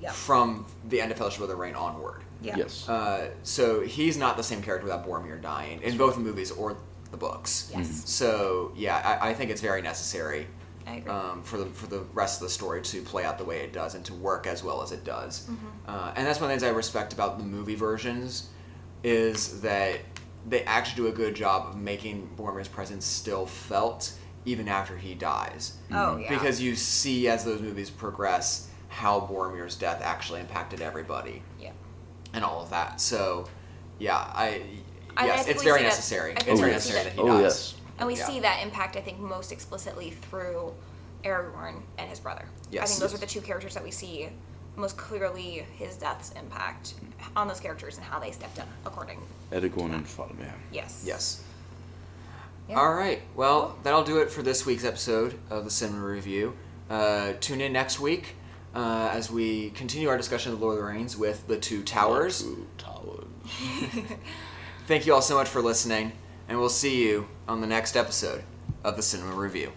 Speaker 2: Yep.
Speaker 1: from the end of Fellowship of the Ring onward.
Speaker 2: Yeah.
Speaker 3: Yes.
Speaker 1: Uh, so he's not the same character without Boromir dying in both the movies or the books.
Speaker 3: Mm-hmm.
Speaker 2: Yes. Mhm.
Speaker 1: So yeah, I, I think it's very necessary
Speaker 2: I agree.
Speaker 1: um, for the for the rest of the story to play out the way it does and to work as well as it does.
Speaker 2: Mm-hmm.
Speaker 1: Uh, and that's one of the things I respect about the movie versions is that they actually do a good job of making Boromir's presence still felt even after he dies.
Speaker 2: Oh, yeah.
Speaker 1: Because you see as those movies progress how Boromir's death actually impacted everybody
Speaker 2: yeah.
Speaker 1: and all of that. So, yeah, I
Speaker 2: I- I
Speaker 1: yes,
Speaker 2: think
Speaker 1: it's
Speaker 2: we
Speaker 1: very
Speaker 2: see that-
Speaker 1: necessary.
Speaker 2: I think
Speaker 1: It's
Speaker 3: we
Speaker 1: very
Speaker 3: see
Speaker 1: necessary that
Speaker 2: that-
Speaker 1: he
Speaker 3: oh
Speaker 1: dies.
Speaker 3: yes.
Speaker 2: And we
Speaker 1: Yeah.
Speaker 2: see that impact, I think, most explicitly through Aragorn and his brother. I
Speaker 1: Yes.
Speaker 2: think those
Speaker 1: Yes.
Speaker 2: are the two characters that we see most clearly his death's impact on those characters and how they stepped up according.
Speaker 3: Aragorn and Faramir.
Speaker 2: Yes.
Speaker 1: Yes.
Speaker 2: Yeah.
Speaker 1: All right. Well, that'll do it for this week's episode of the Cinema Review. Uh, tune in next week uh, as we continue our discussion of Lord of the Rings with the Two Towers.
Speaker 3: Two towers.
Speaker 1: Thank you all so much for listening, and we'll see you on the next episode of the Cinema Review.